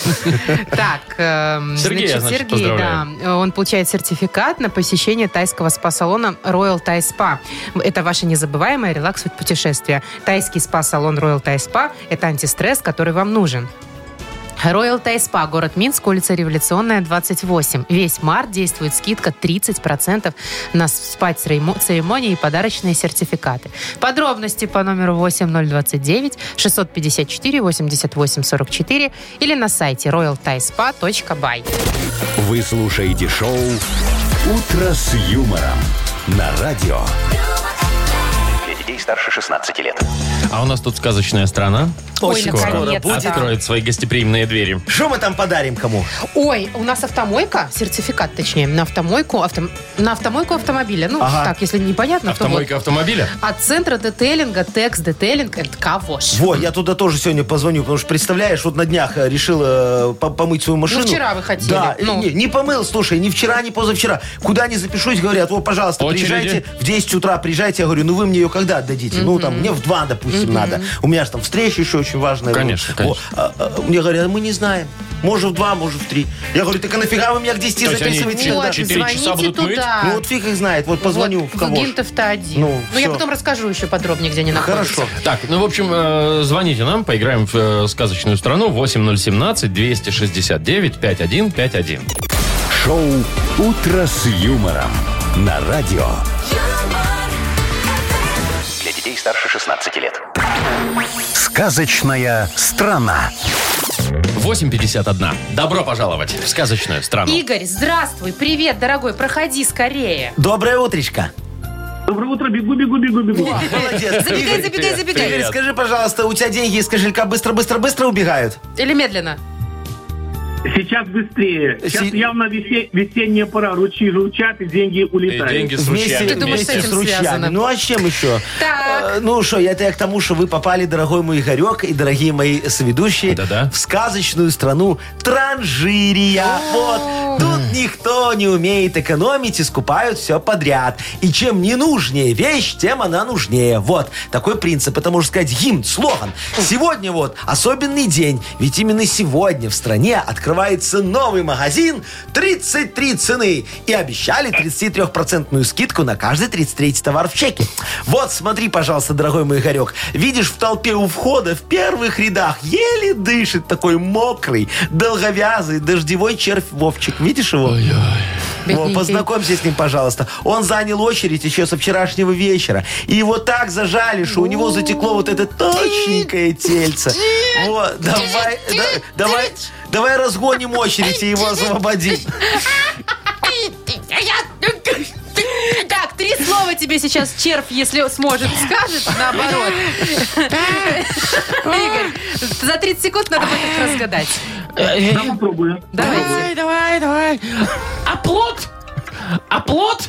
Так, эм, Сергея, значит, значит, Сергей, да, поздравляем. он получает сертификат на посещение тайского спа-салона Royal Thai Spa. Это ваше незабываемое релакс путешествие. Тайский спа-салон Royal Thai Spa – это антистресс, который вам нужен. Royal Thai Spa, город Минск, улица Революционная, 28. Весь март действует скидка 30% на спа-церемонии и подарочные сертификаты. Подробности по номеру 8029 654 88 44 или на сайте royalthaispa.by. Вы слушаете шоу «Утро с юмором» на радио. Для детей старше 16 лет. А у нас тут сказочная страна. Ой, наконец-то. будет. Откроет свои гостеприимные двери. А Что мы там подарим кому? Ой, у нас автомойка, сертификат точнее, на автомойку, авто- на автомойку автомобиля. Ну, Ага. так, если непонятно, то вот. Автомойка автомобиля. От центра детейлинга, текс детейлинг and кавош. Во, я туда тоже сегодня позвоню, потому что, представляешь, вот на днях э, решила э, по- помыть Ну, свою машину. вчера вы хотели, Да, ну. не, не помыл, слушай, ни вчера, ни позавчера. Куда не запишусь, говорят, вот, пожалуйста, Очереди? приезжайте в 10 утра, приезжайте. Я говорю, ну вы мне ее когда отдадите? Ну, там, мне в 2, допустим, надо. У меня же там встреча еще очень важная. Конечно, Во, а, а, мне говорят, мы не знаем. Может, в 2, может, в 3. Я говорю, так а нафига вы меня к 10 То есть они записываете? чё- тогда?» Вот, четыре часа звоните будут мыть? туда. Ну, вот фиг их знает. Вот позвоню в кого. ж. то один. Ну, Ну, я всё. потом расскажу еще подробнее, где они находятся. Хорошо. Так, ну, в общем, э, звоните нам, поиграем в э, сказочную страну 8017-269-5151. Шоу «Утро с юмором» на радио. Для детей старше 16 лет. Сказочная страна. 8.51. Добро пожаловать в сказочную страну. Игорь, здравствуй, привет, дорогой, проходи скорее. Доброе утречко. Доброе утро, бегу, бегу, бегу, бегу. Молодец. Забегай, Игорь, забегай, привет, забегай. Игорь, скажи, пожалуйста, у тебя деньги из кошелька быстро-быстро-быстро убегают? Или медленно. Сейчас быстрее. Сейчас Си- явно весе- весенняя пора. Ручьи журчат и деньги И улетают. деньги с Вместе, ручьями. Ты думаешь, вместе с этим связано? Ну а с чем еще? Так. Э, Ну что, это я к тому, что вы попали, дорогой мой Игорек и дорогие мои соведущие, Да-да. в сказочную страну Транжирия. Вот. Тут никто не умеет экономить и скупают все подряд. И чем не нужнее вещь, тем она нужнее. Вот. Такой принцип. Это, можно сказать, гимн, слоган. Сегодня вот особенный день. Ведь именно сегодня в стране открывается новый магазин 33 цены. И обещали 33% скидку на каждый 33 товар в чеке. Вот, смотри, пожалуйста, дорогой мой Игорек. Видишь, в толпе у входа в первых рядах еле дышит такой мокрый, долговязый, дождевой червь Вовчик. Видишь его? Во, Бедненький. познакомься с ним, пожалуйста. Он занял очередь еще со вчерашнего вечера. И его так зажали, что у него затекло вот это точненькое тельце. Вот, давай, да- давай, давай разгоним очередь и его освободим. Так, три слова тебе сейчас червь, если сможет, скажет, наоборот. Игорь, за 30 секунд надо будет их разгадать. Да, попробую. Давайте. давай, давай. Оплот! Оплот!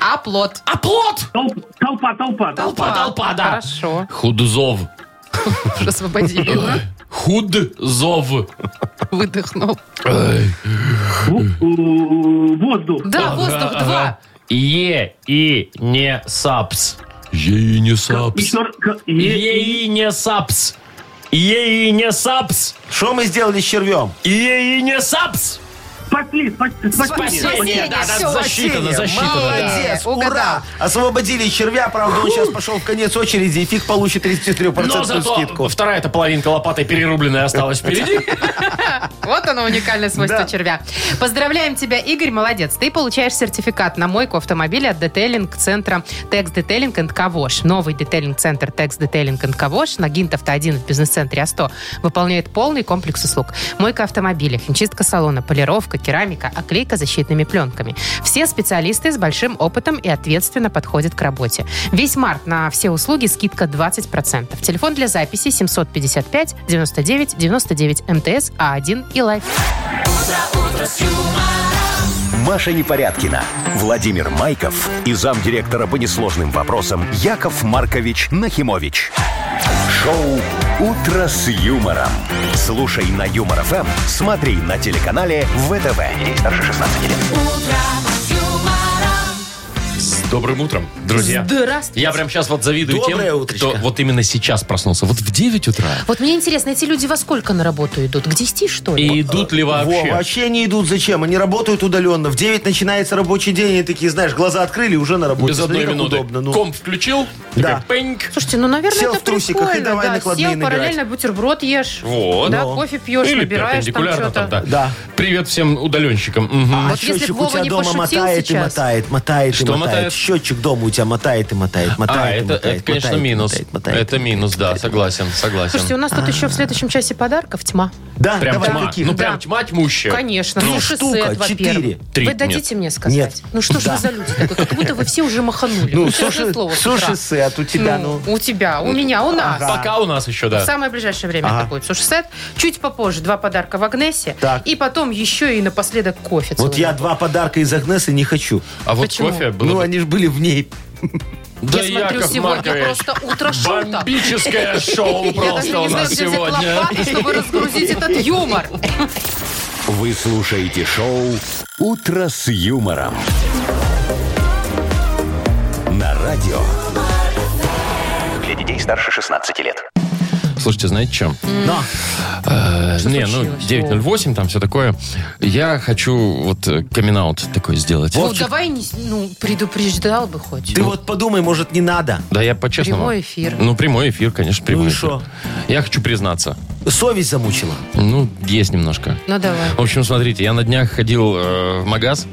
Оплот. Оплот! Толп- Толпа, толпа, толпа. Толпа, толпа, да. Хорошо. Худзов. Уже освободили. Худзов. Выдохнул. У- у- Воздух. Да, воздух Ага, два. ага. Е и не сапс. Е и не сапс. Еще раз. Е и не сапс. Е и не сапс. Что мы сделали с червем? Е и не сапс. Спасли, спасли, Спасение, Спасение, да, да, всё, засчитано, спасение. засчитано, да. Молодец, да. ура! Угадал. Освободили червя, правда, он сейчас пошел в конец очереди, и фиг получит 33% Но зато скидку. вторая-то половинка лопатой перерубленная осталась впереди. Вот оно, уникальное свойство Да. червя. Поздравляем тебя, Игорь, молодец. Ты получаешь сертификат на мойку автомобиля от детейлинг-центра Текс Детейлинг and Кавош. Новый детейлинг-центр Текс Детейлинг and Кавош на Гинтовта 1 в бизнес-центре А100 выполняет полный комплекс услуг. Мойка автомобиля, химчистка салона, полировка, керамика, оклейка защитными пленками. Все специалисты с большим опытом и ответственно подходят к работе. Весь март на все услуги скидка 20%. Телефон для записи 755 99 99 МТС А1 А и Лайф. Маша Непорядкина, Владимир Майков и замдиректора по несложным вопросам Яков Маркович Нахимович. Шоу «Утро с юмором». Слушай на Юмор ФМ, смотри на телеканале ВТВ. Здесь старше 16 лет. С добрым утром, друзья. Здравствуйте. Я прям сейчас вот завидую Доброе тем, утречко. кто вот именно сейчас проснулся. Вот в 9 утра. Вот мне интересно, эти люди во сколько на работу идут? К 10, что ли? И идут ли э, Во, вообще? вообще не идут. Зачем? Они работают удаленно. В 9 начинается рабочий день, и такие, знаешь, глаза открыли, уже на работе. Без одной Смотри, как минуты. удобно. Ну. Комп включил, Да. такой пеньк. Слушайте, ну, наверное, Сел это в трусиках и прикольно, давай да. накладные Сел, набирать. параллельно бутерброд ешь. Вот. Да, Ну. кофе пьешь, Или набираешь там перпендикулярно что-то. там, да. Да. Привет всем удаленщикам. Мгм. А Вот если б счетчик у Вова тебя не дома пошутил мотает и сейчас. мотает, мотает и Что мотает. мотает? Счетчик дома у тебя мотает и мотает, А, мотает и это, мотает. это, конечно, мотает и минус. мотает, мотает. это минус, да, согласен, согласен. Слушайте, у нас тут еще в следующем часе подарков тьма. Да, прям давай тьма. каких? Ну, прям Да. тьма тьмущая. Конечно. Ну, Суши штука, сет, во-первых. четыре. Три, Вы нет. дадите мне сказать? Нет. Ну что ж Да. вы за люди такой? Как будто вы все уже маханули. Ну, Честное суши, слово, с утра. суши сет у тебя, ну. У тебя, у меня, у нас. Пока у нас еще, В да. самое ближайшее время Ага. это будет суши-сет. Чуть попозже два подарка в Агнесе. Так. И потом еще и напоследок кофе. Вот целый. я два подарка из Агнесы не хочу. А вот Почему? кофе было Ну, бы- они же были в ней. Да, Я смотрю, Яков сегодня Маркович, просто утро шуток. Бомбическое шоу Я даже просто у не знаю, нас где взять сегодня. лопату, чтобы разгрузить этот юмор. Ну, Вы слушаете шоу «Утро с юмором». На радио. Для детей старше 16 лет. Слушайте, знаете чем? Да. Э, Не, ну, случилось? 9.08, там все такое. Я хочу вот камин такой сделать. Ну, давай не с- ну, предупреждал бы хоть. Ты Ну. вот подумай, может, не надо. Да я по-честному. Прямой эфир. Ну, прямой эфир, конечно, прямой и эфир. шо? Я хочу признаться. Совесть замучила. Ну, есть немножко. Ну, давай. В общем, смотрите, я на днях ходил э, в магаз,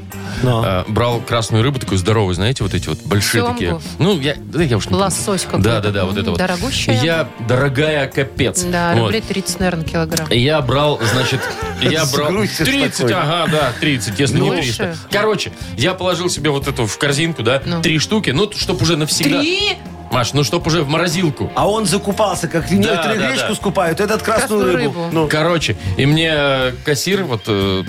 э, Но. брал красную рыбу, такую здоровую, знаете, вот эти вот большие Семгу? такие. Ну, я, да, я уж не помню. Лосось какой-то. Да, да, да, вот М, это вот. дорогущая. Я дорогая капец. Да, Вот. рублей 30, наверное, килограмм. Я брал, значит, я брал... Сгрузишь 30, такой. ага, да, 30, если не Больше? 300. Короче, я положил себе вот эту в корзинку, да, Ну. три штуки, ну, чтоб уже навсегда... Три? Маш, ну, чтоб уже в морозилку. А он закупался, как некоторые да, гречку да. скупают, этот красную, Красную рыбу. рыбу. Ну. Короче, и мне э, кассир вот э,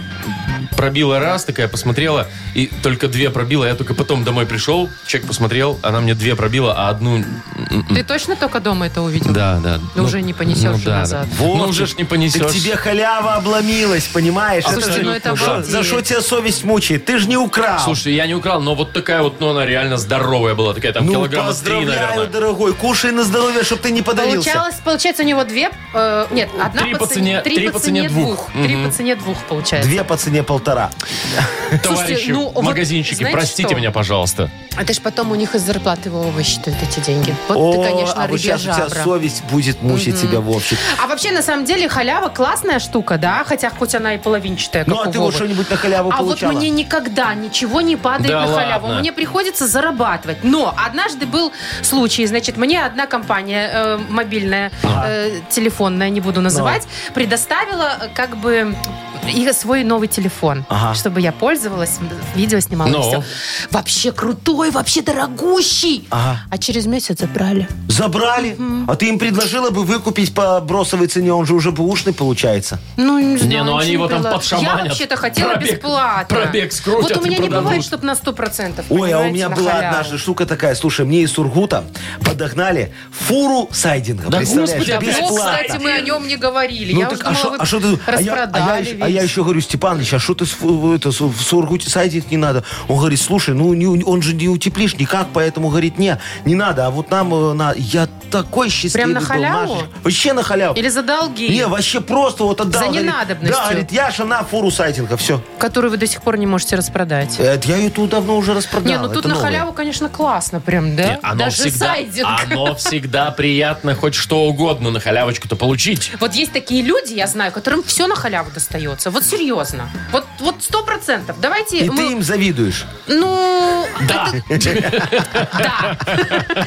пробила раз, такая посмотрела, и только две пробила. Я только потом домой пришел, чек посмотрел, она мне две пробила, а одну... м-м, Ты точно только дома это увидел? Да, да. Ну, уже не понесешь ну, же да, назад. да. Ну, уже ж не понесешь. Так тебе халява обломилась, понимаешь? Слушайте, же- ну это Шо- обалдеть. За что тебя совесть мучает? Ты же не украл. Слушай, я не украл, но вот такая вот, ну, она реально здоровая была. Такая там ну, килограмма три, поздравляю, наверное. дорогой. Кушай на здоровье, чтобы ты не подавился. Получалось, получается, у него две... э, нет, одна Три по цене- три по цене двух. Три Мгм. по цене двух, получается. Две по цене полтора. Товарищи, Слушайте, ну, вот магазинчики, знаете простите что? меня, пожалуйста. А ты ж потом у них из зарплаты его высчитают эти деньги. Вот ты, О, конечно, а вот рыбья сейчас у тебя жабра. совесть будет мучить тебя, Вовчик. А вообще, на самом деле, халява классная штука, да? Хотя хоть она и половинчатая, как Ну, а у ты вот Вовы. что-нибудь на халяву А вот получала? мне никогда ничего не падает Да на халяву. ладно. Мне приходится зарабатывать. Но однажды был случай, значит, мне одна компания э, мобильная, А. э, телефонная, не буду называть, Ну. предоставила э, как бы и свой новый телефон, Ага. чтобы я пользовалась, видео снимала. и Ну. всё. Вообще крутой, вообще дорогущий. Ага. А через месяц забрали. Забрали. А ты им предложила бы выкупить по бросовой цене, он же уже бэушный получается. Ну, не ну знаю. ничего они его там было. подшаманят. Я вообще-то хотела Пробег- бесплатно. пробег скрутят Вот у и меня не продадут. бывает, чтобы на 100%. Ой, а у Ну, понимаете, меня на была халяву. однажды штука такая. Слушай, мне из Сургута подогнали фуру сайдинга. Да представляешь, господи, а Ну, бесплатно. кстати, мы о нем не говорили. Ну я так уж думала, а шо- вы а шо ты- а я- а я распродали еще- а я я еще говорю, Степаныч, а что ты с- в, это, с- в Сургуте садить не надо? Он говорит, слушай, ну не у- он же не утеплишь никак, поэтому, говорит, не, не надо, а вот нам э, на... Я такой счастливый Прям на был, халяву? Машечка. Вообще на халяву. Или за долги, Не, вообще просто вот отдал. За говорит, ненадобностью. Да, говорит, Яша на фуру сайтинга, все. которые вы до сих пор не можете распродать. Это я ее тут давно уже распродал. не, ну тут Э, это на новое. халяву, конечно, классно прям, да? Не, оно Э, Даже всегда, сайдинг. а- Оно всегда приятно хоть что угодно на халявочку-то получить. Вот есть такие люди, я знаю, которым все на халяву достается. Вот серьезно. Вот вот сто процентов. Давайте И мы... ты им завидуешь. Ну, Да. да.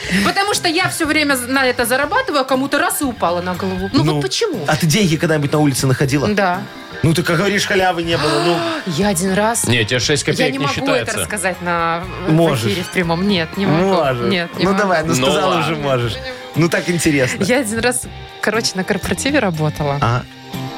Потому что я все время на это зарабатываю, а кому-то раз и упала на голову. Ну, вот почему? А ты деньги когда-нибудь на улице находила? Да. Ну ты как говоришь, халявы не было. Ну, Я один раз... Не, тебе 6 Я копеек не не, могу это считается. рассказать на э, в Можешь. эфире в прямом. Нет, не могу. можешь. Нет, не ну могу. давай, ну, Ну сказала ладно. уже можешь. Ну так интересно. Я один раз, короче, на корпоративе работала. А,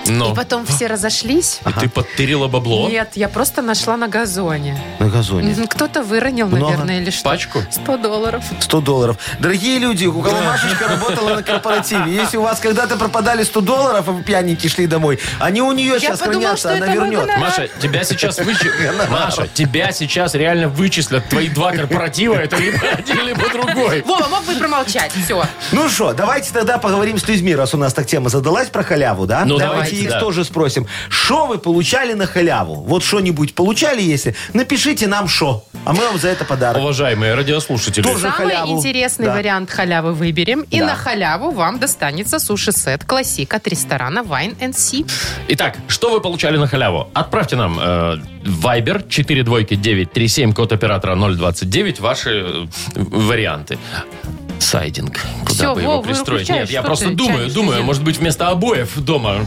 Но И потом все разошлись. Ну, И ты подтырила бабло. Нет, я просто нашла на газоне. на газоне. М, Кто-то выронил, Много? наверное, или что. Пачку? 100 долларов. 100 долларов. Дорогие люди, у кого Машечка работала на корпоративе, если у вас когда-то пропадали 100 долларов, а вы пьяненькие шли домой, они у нее сейчас подумала, хранятся, что она это мой вернет. гонорар. Маша, тебя сейчас вычислят. Маша, тебя сейчас реально вычислят. Твои два корпоратива, это либо один, либо другой. Вова, мог бы и промолчать. Все. Ну что, давайте тогда поговорим с людьми, раз у нас так тема задалась про халяву, да? Ну, давайте, давайте, их да. тоже спросим. Что вы получали на халяву? Вот что-нибудь получали, если? Напишите нам что, а мы вам за это подарок. Уважаемые радиослушатели, Тоже. За Самый халяву. интересный Да. вариант халявы выберем. И Да. на халяву вам достанется суши-сет классик от ресторана Wine and Sea. Итак, что вы получали на халяву? Отправьте нам э, Viber 42937, код оператора 029, ваши э, варианты. Сайдинг. Куда Всё, бы его Вов, пристроить? выключай, Нет, я что просто ты думаю, тянешь думаю, резину? может быть, вместо обоев дома.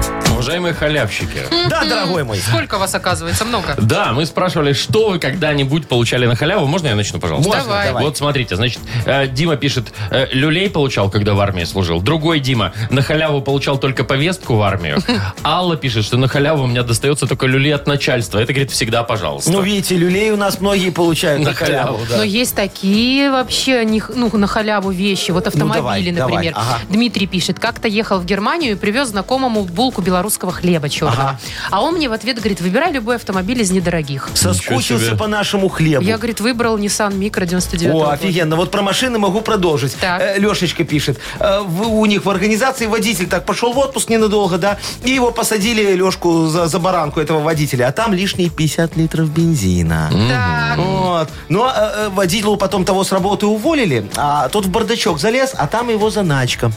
Уважаемые халявщики. Да, дорогой мой. Сколько вас, оказывается, много? Да, мы спрашивали, что вы когда-нибудь получали на халяву. Можно я начну, пожалуйста? Можно, Давай. давай. Вот смотрите, значит, э, Дима пишет, э, люлей получал, когда в армии служил. Другой Дима на халяву получал только повестку в армию. Алла пишет, что на халяву у меня достается только люлей от начальства. Это, говорит, всегда пожалуйста. Ну, видите, люлей у нас многие получают На на халяву. халяву, да. Но есть такие вообще не х- ну, на халяву вещи. Вот автомобили, Ну, давай, давай, например. ага. Дмитрий пишет, как-то ехал в Германию и привез знакомому булку белорусского хлеба черного. А он мне в ответ говорит, выбирай любой автомобиль из недорогих. Соскучился себе. по нашему хлебу. Я, говорит, выбрал Nissan Micro 99 О, офигенно. Вот про машины могу продолжить. Так. Э, Лешечка пишет. э, в- у них в организации водитель так пошел в отпуск ненадолго, да, и его посадили, Лешку, за, за баранку этого водителя, а там лишние 50 литров бензина. Вот. Но э, э, водителю потом того с работы уволили, а тот в бардачок залез, а там его заначка.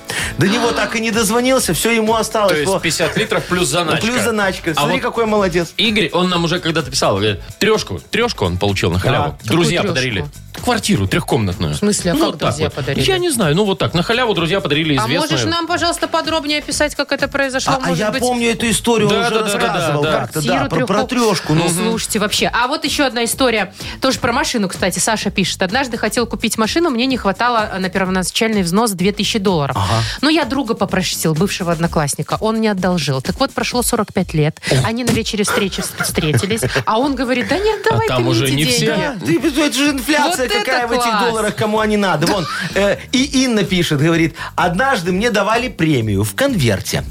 До него так и не дозвонился, все ему осталось. То есть Вот. 50 литров плюс Ну, заначка. Плюс заначка. А Смотри, вот какой молодец. Игорь, он нам уже когда-то писал, говорит, трешку, трешку он получил на халяву. Какую Друзья трешку? подарили. Квартиру трехкомнатную. Ну, В смысле, а как друзья подарили? Я не знаю, ну вот так. На халяву друзья подарили А известную. можешь нам, пожалуйста, подробнее описать, как это произошло? А, а Может я быть, помню эту историю, он Да, уже да, да, да, да, рассказывал да. как-то, да, квартиру про, про трехком- трешку. Ну, Ну, слушайте, вообще. А вот еще одна история. Тоже про машину, кстати. Саша пишет. Однажды хотел купить машину, мне не хватало э, на первоначальный взнос 2000 долларов. Но я друга попросил, бывшего одноклассника. Он мне одолжил. Так вот, прошло 45 лет. Они на вечере встречи с- встретились. А он говорит, да нет, давай А там ты мне уже эти не деньги». все. Да, ты- это же инфляция Вот какая это в этих класс. долларах, кому они надо. Вон, э, и Инна пишет, говорит, однажды мне давали премию в конверте,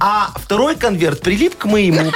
а второй конверт прилип к моему.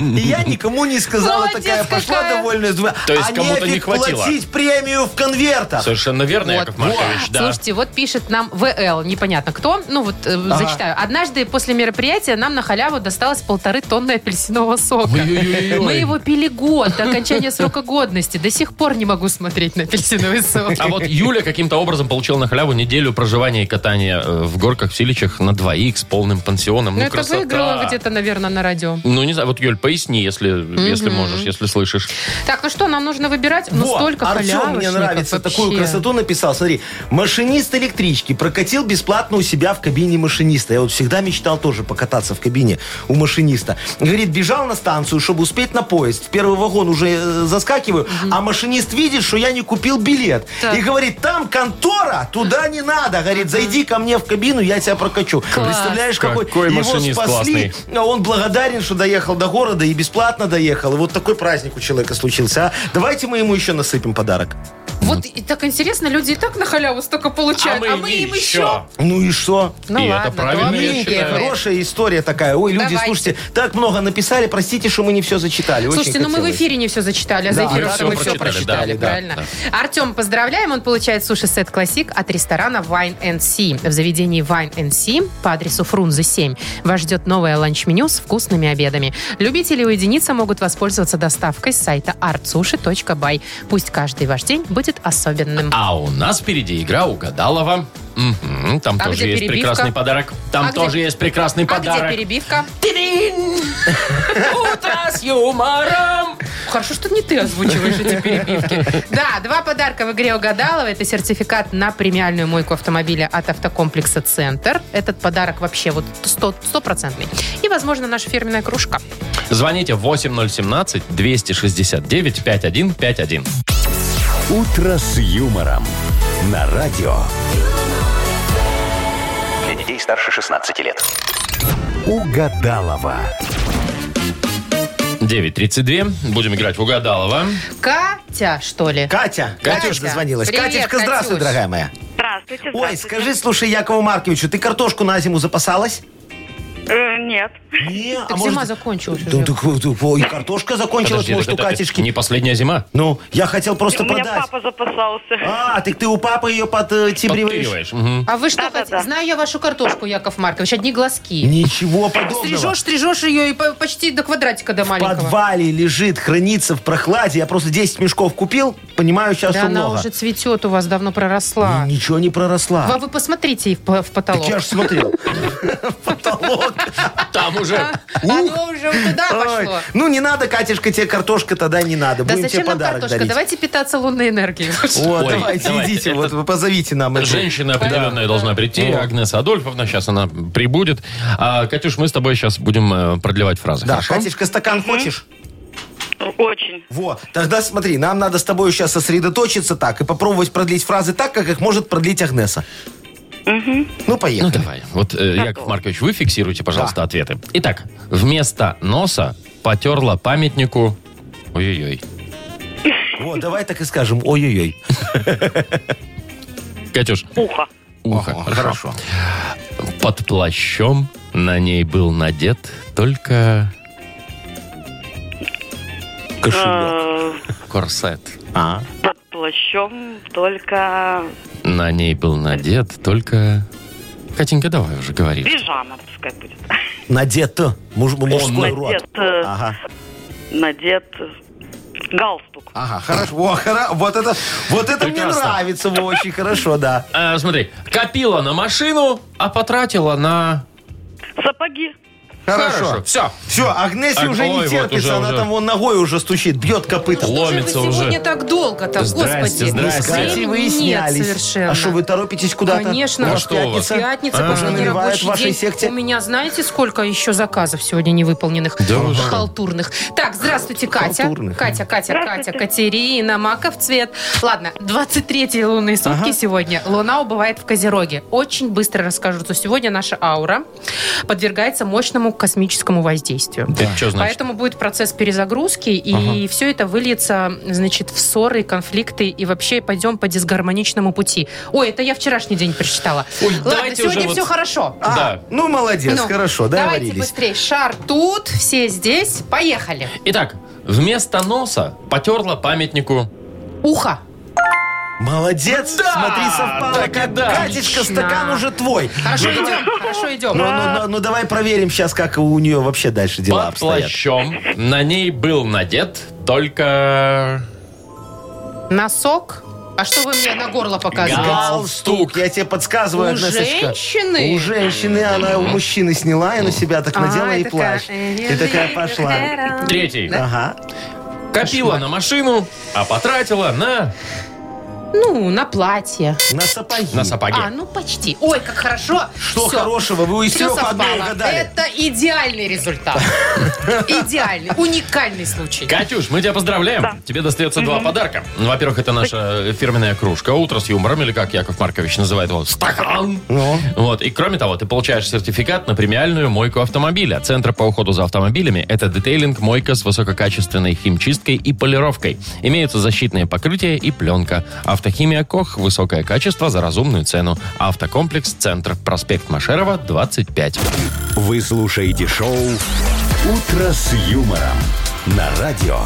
И я никому не сказала, Молодец такая пошла какая. довольная. с двумя. То есть А кому-то не нефиг хватило. платить премию в конвертах. Совершенно верно, Вот. Яков Маркович, Вот. да. Слушайте, вот пишет нам ВЛ, непонятно кто. Ну вот, э, зачитаю. Однажды после мероприятия нам на халяву досталось полторы тонны апельсинового сока. Ой-ой-ой-ой. Мы его пили год до окончания срока годности. До сих пор не могу смотреть на апельсиновый сок. А вот Юля каким-то образом получила на халяву неделю проживания и катания э, в горках в Силичах на двоих с полным пансионом. Ну, Ну, это красота. выиграла где-то, наверное, на радио. Ну, не знаю, вот, Юль, поясни, если, если можешь, если слышишь. Так, ну что, нам нужно выбирать? Ну, Во, столько Артем мне халявочников нравится, вообще. такую красоту написал. Смотри, машинист электрички прокатил бесплатно у себя в кабине машиниста. Я вот всегда мечтал тоже покататься в кабине у машиниста. Говорит, бежал на станцию, чтобы успеть на поезд. В первый вагон уже э, заскакиваю, а машинист видит, что я не купил билет. Так. И говорит, там контора, туда не надо. Говорит, зайди ко мне в кабину, я тебя прокачу. Представляешь, какой, Какой его машинист спасли. классный. А он благодарен, что доехал до города и бесплатно доехал. И вот такой праздник у человека случился. а. Давайте мы ему еще насыпем подарок. Вот и так интересно, люди и так на халяву столько получают, а мы, им еще. Ну и что? Ну И это ладно, правильно, я добренькие считаю. вы. Хорошая история такая. Ой, люди, Давайте. слушайте, так много написали. Простите, что мы не все зачитали. Очень Слушайте, ну мы в хотелось. эфире не все зачитали, а за Да, эфиром мы мы, всё прочитали, все прочитали, да, да, правильно? Артем, поздравляем, он получает суши-сет классик от ресторана Wine and Sea. В заведении Wine and Sea по адресу Фрунзе 7 вас ждет новое ланч-меню с вкусными обедами. Любители уединиться могут воспользоваться доставкой с сайта artsushi.by. Пусть каждый ваш день будет особенным. А у нас впереди игра угадала вам. Мгм, Там А тоже где есть перебивка? прекрасный подарок. Там А где- тоже есть прекрасный А где подарок. перебивка? Утро с юмором. Хорошо, что не ты озвучиваешь эти перебивки. Да, два подарка в игре угадалова. Это сертификат на премиальную мойку автомобиля от автокомплекса «Центр». Этот подарок вообще вот сто- стопроцентный. И, возможно, наша фирменная кружка. Звоните 8017-269-5151. «Утро с юмором» на радио. Для детей старше 16 лет. Угадалова. 9.32. Будем играть в угадалова. Катя, что ли? Катя, Катюшка звонилась. Привет, Катюшка, здравствуй, Катюш. дорогая моя. Здравствуйте, Ой, здравствуйте. скажи, слушай, Якову Марковичу, ты картошку на зиму запасалась? Э, нет. Не, а Так может- зима закончилась Да, уже. так, так, ой, картошка закончилась, Подожди, может, у так это Катечки. Не последняя зима. Ну, я хотел просто У меня продать. папа запасался. А, так ты у папы э, ее подтибриваешь? Подтыриваешь. Мгм. А вы что Да-да-да. хотите? Знаю я вашу картошку, Яков Маркович, одни глазки. Ничего подобного. Стрижешь, стрижешь ее и по- почти до квадратика до В маленького. подвале лежит, хранится в прохладе. Я просто 10 мешков купил, понимаю, сейчас Да что она много. уже цветет у вас, давно проросла. И Ничего не проросла. Ва- Вы посмотрите и в по- в Так потолок. я же смотрел. Потолок. Там уже... Оно уже туда Ой, пошло. Ну, не надо, Катюшка, тебе картошка тогда не надо. Да Будем тебе зачем нам подарок картошка? дарить. Давайте питаться лунной энергией. О, Ой, давайте, давайте, идите, это- вот вы позовите нам. эту. Женщина определенная должна прийти. Агнеса Адольфовна, сейчас она прибудет. А, Катюш, мы с тобой сейчас будем э, продлевать фразы. Да, хорошо? Катюшка, стакан хочешь? А? Очень. Во, тогда смотри, нам надо с тобой сейчас сосредоточиться так и попробовать продлить фразы так, как их может продлить Агнеса. Ну, Ну поехали. давай. Вот, э, Яков Маркович, вы фиксируйте, пожалуйста, ответы. Итак, вместо носа потерла памятнику... Ой-ой-ой. Вот, давай так и скажем. Ой-ой-ой. Катюш, Ухо. ухо. О, хорошо. Под плащом на ней был надет только А. Кошелек. Э, корсет. А. под плащом только На ней был надет только... Катенька, давай уже говори. пижама, пускай будет. Надето. э, Муж- мужской надет, род. э, Ага. Надет э, галстук. Ага, хорошо. Во, хоро- Вот это, вот это мне Прекрасно. нравится, во, очень хорошо, да. Э, смотри, копила на машину, а потратила на... Сапоги. Хорошо. Все. Все, Агнессе Аг- уже ой, не вот терпится, уже, она уже. там вон ногой уже стучит, бьет копытом. Ло- ломится вы уже. сегодня так долго-то, Здрасте, господи. здрасте. С Катей Времени вы и Нет, снялись. совершенно. А что, вы торопитесь куда-то? Конечно. Ну, у вас что у вас? пятница? Пятница, А. пошел Уже на наливают рабочий в вашей день. секте? У меня, знаете, сколько еще заказов сегодня невыполненных? Да вы что? Халтурных. Так, здравствуйте, Катя. Халтурных. Катя, Катя, Катя, Катерина, Маков цвет. Ладно, 23 лунные сутки сегодня. Луна убывает в Козероге. Очень быстро расскажу, что сегодня наша аура подвергается мощному космическому воздействию. Это что значит? Поэтому будет процесс перезагрузки, и все это выльется, значит, в ссоры, конфликты, и вообще пойдем по дисгармоничному пути. Ой, это я вчерашний день прочитала. Ой, Ладно, давайте сегодня уже вот- все хорошо. А, Да. ну молодец, Ну, хорошо, Давайте договорились. быстрее. Шар тут, все здесь. Поехали. Итак, вместо носа потерла памятнику... Ухо. Молодец, смотри, совпало. так и как да. Катечка, Отлично. стакан уже твой. Хорошо идем, хорошо Ну, идем. ну, ну, ну, давай проверим сейчас, как у нее вообще дальше дела Под обстоят. плащом на ней был надет только... Носок. А что вы мне на горло показываете? Галстук, я тебе подсказываю, У Агнесочка. женщины? У женщины, она у мужчины сняла и на себя так надела А, и и такая, плащ. И такая э, пошла. Третий. Ага. Копила на машину, а потратила на... Ну, на платье. На сапоги. На сапоги. А, ну почти. Ой, как хорошо. Что Всё. хорошего? Вы из Всё трех одно совпало. угадали. Это идеальный результат. Идеальный, уникальный случай. Катюш, мы тебя поздравляем. Тебе достается два подарка. Ну, Во-первых, это наша фирменная кружка «Утро с юмором», или как Яков Маркович называет его, стакан. Вот. И кроме того, ты получаешь сертификат на премиальную мойку автомобиля. Центр по уходу за автомобилями – это детейлинг, мойка с высококачественной химчисткой и полировкой. Имеются защитные покрытия и пленка. Автохимия «Кох» – высокое качество за разумную цену. Автокомплекс «Центр», проспект Машерова, 25. Вы слушаете шоу «Утро с юмором» на радио.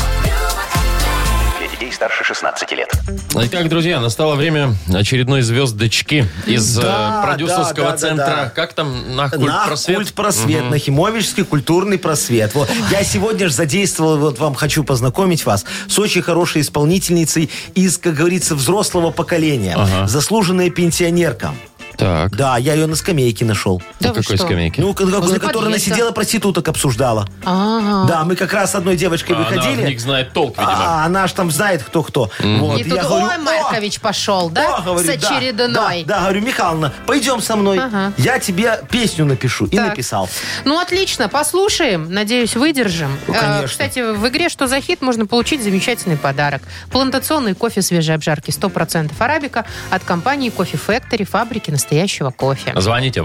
Для детей старше 16 лет. Итак, друзья, настало время очередной звездочки из э, Да, продюсерского да, да, да, центра. да. Как там? На культ На просвет? культ просвет, Нахимовичский культурный просвет. Вот. Я сегодня же задействовал, вот вам хочу познакомить вас с очень хорошей исполнительницей из, как говорится, взрослого поколения. Заслуженная пенсионерка. Так, Да, я ее на скамейке нашел. Да на вы какой что? скамейке? Ну, к- на Возле которой она подъезда. А. сидела, проституток обсуждала. Ага. Да, мы как раз с одной девочкой А она в выходили. них знает толк, видимо. А, она ж там знает кто-кто. Вот, И тут, говорю, ой, «О, Маркович пошел, о», да? говорю, С очередной. Да, да, говорю, Михайловна, пойдем со мной. Ага. Я тебе песню напишу. И Так. написал. Ну, отлично, послушаем. Надеюсь, выдержим. Ну, конечно. Э, Кстати, в игре «Что за хит» можно получить замечательный подарок. Плантационный кофе свежей обжарки 100% арабика от компании «Кофе Factory фабрики настоящего кофе. Звоните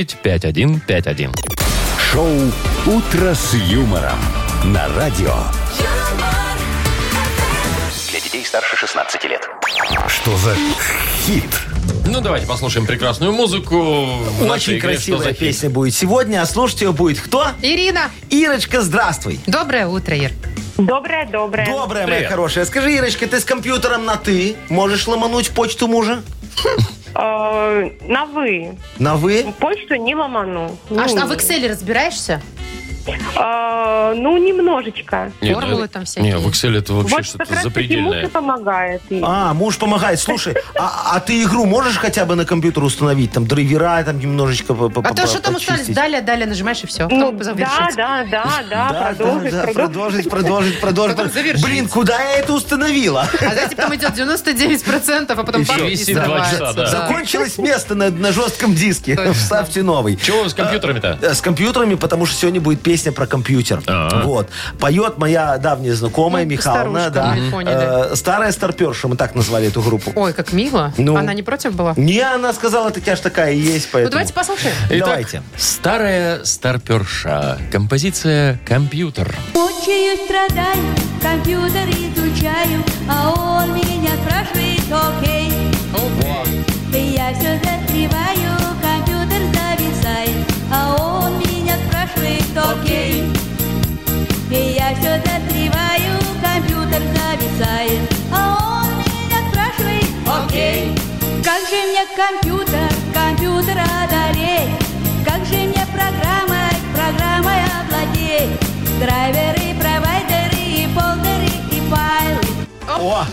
8017-269-5151. Шоу «Утро с юмором» на радио. Для детей старше 16 лет. Что за хит? Ну, давайте послушаем прекрасную музыку. в нашей Очень игре «Что за красивая хит?». песня будет сегодня, а слушать ее будет кто? Ирина, Ирочка, здравствуй. доброе утро, Ир. Доброе, доброе. Добрая моя Привет. хорошая. Скажи, Ирочка, ты с компьютером на «ты»? Можешь ломануть почту мужа? Э, на вы. На «вы»? Почту не ломану. А, что, а в вы Excel разбираешься? ну, немножечко. Не, Формулы ну, там всякие. Не, в Excel это вообще вот как что-то раз таки муж и запредельное. помогает. И- А, муж помогает. Слушай, а, а ты игру можешь хотя бы на компьютер установить? Там драйвера, там немножечко по- по- А то, по- что там остались, почистить? далее, далее нажимаешь и все. ну, да, да, да, да, да, продолжить, продолжить. продолжить, продолжить, продолжить. Потом завершить. Блин, куда я это установила? А знаете, потом идет 99%, а потом И всё, бабки висит два часа, сдаваются. да. Закончилось место на, на жестком диске. Точно. Вставьте новый. Чего вы с компьютерами-то? Э, С компьютерами, потому что сегодня будет песня про компьютер. А. Вот. Поет моя давняя знакомая Ну, Михайловна. старушка Да. на айфоне, Э, Старая старперша, мы так назвали эту группу. Ой, как мило. Ну. Она не против была? Не, она сказала, так я ж такая и есть, Ну, поэтому... давайте послушаем. Итак, Давайте. старая старперша. Композиция «Компьютер». Мучаю, страдаю, компьютер изучаю, а он меня спрашивает, окей. И я все застреваю, компьютер зависает, а он меня спрашивает, окей. И я все застреваю, компьютер зависает, а он меня спрашивает, окей. Как же мне компьютер, компьютер одолеть? Как же мне программой, программой овладеть? Драйверы, провайдеры, и полдеры, и файлы. О,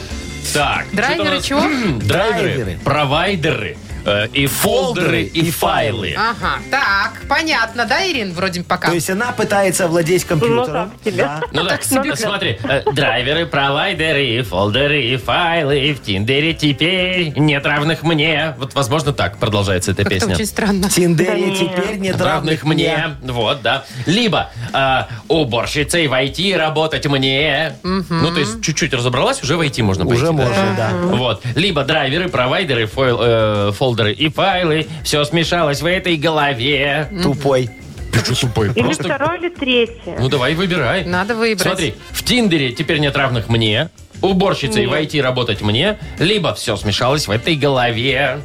Так. что Драйверы там у нас? чего? Драйверы, Драйверы. провайдеры, э, и фолдеры, и файлы. Ага, так, понятно, да, Ирин, вроде пока? то есть она пытается овладеть компьютером. Ну, так себе. Да. Ну да, а так себе, э, смотри, э, драйверы, провайдеры, и фолдеры, и файлы, и в Тиндере теперь нет равных мне. Вот, возможно, так продолжается эта Как-то песня. очень странно. В Тиндере теперь нет Нет равных мне. Вот, да. Либо э, уборщицей войти работать мне. Ну, то есть чуть-чуть разобралась, уже войти можно пойти. Уже да? можно, да. Вот. Либо драйверы, провайдеры, фойл- э, фолдеры и файлы. Все смешалось в этой голове. Тупой. Ты что тупой? Или Просто- второе, или третье. Ну давай выбирай. Надо выбрать. Смотри, в Тиндере теперь нет равных мне, уборщицей войти работать мне, либо все смешалось в этой голове.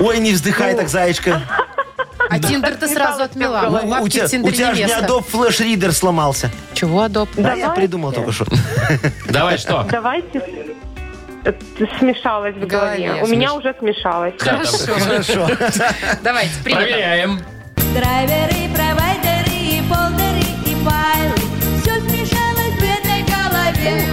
Ой, не вздыхай так, заячка. Ну, А Тиндер ты сразу отмела. Ну, Бабки у в тебя, у Тиндере тебя же не не место. Adobe Flash Reader сломался. Чего адоп? Да, я Давайте. придумал только что. Давай что? Давайте э, смешалось в голове. голове У меня уже смешалось. Да, там- Хорошо. Давайте, принято. Проверяем. Драйверы, провайдеры, и полдеры, и файлы. Все смешалось в бедной голове.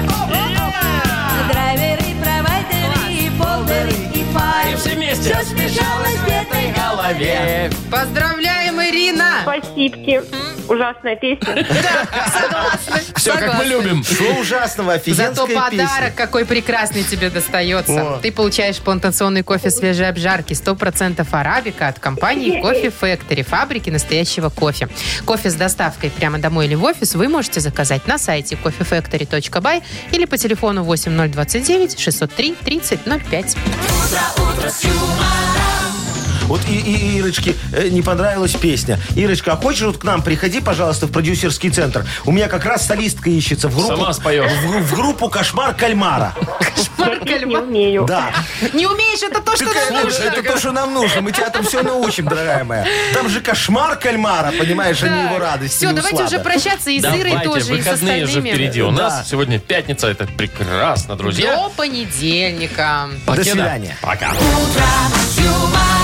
Драйверы, провайдеры, и полдеры, и И файлы. все вместе. Все смешалось в бедной голове. Поздравляем, Ирина! Спасибо. Ужасная песня. Согласны. Все, как мы Согласны. любим. Что ужасного, офигенская Зато подарок песня. какой прекрасный тебе достается. О. Ты получаешь плантационный кофе свежей обжарки 100% арабика от компании Кофе Factory, фабрики настоящего кофе. Кофе с доставкой прямо домой или в офис вы можете заказать на сайте coffeefactory.by или по телефону 8029 603 3005. Вот и, и- и Ирочке э, не понравилась песня. Ирочка, а хочешь вот к нам приходи, пожалуйста, в продюсерский центр? У меня как раз солистка ищется в группу. Сама споешь. В, в группу «Кошмар кальмара». Кошмар, Петь не кальмар. умею. Да. Не умеешь, это то, что Какая- нам нужно. это то, что нам нужно. Мы тебя там все научим, дорогая моя. Там же кошмар кальмара, понимаешь, они его радости. Все, не давайте уже услада. прощаться и с Ирой Давайте, тоже, и с выходные же впереди. У остальными. нас Да. сегодня пятница, это прекрасно, друзья. До понедельника. Покеда. свидания. Пока. Утро с юмором.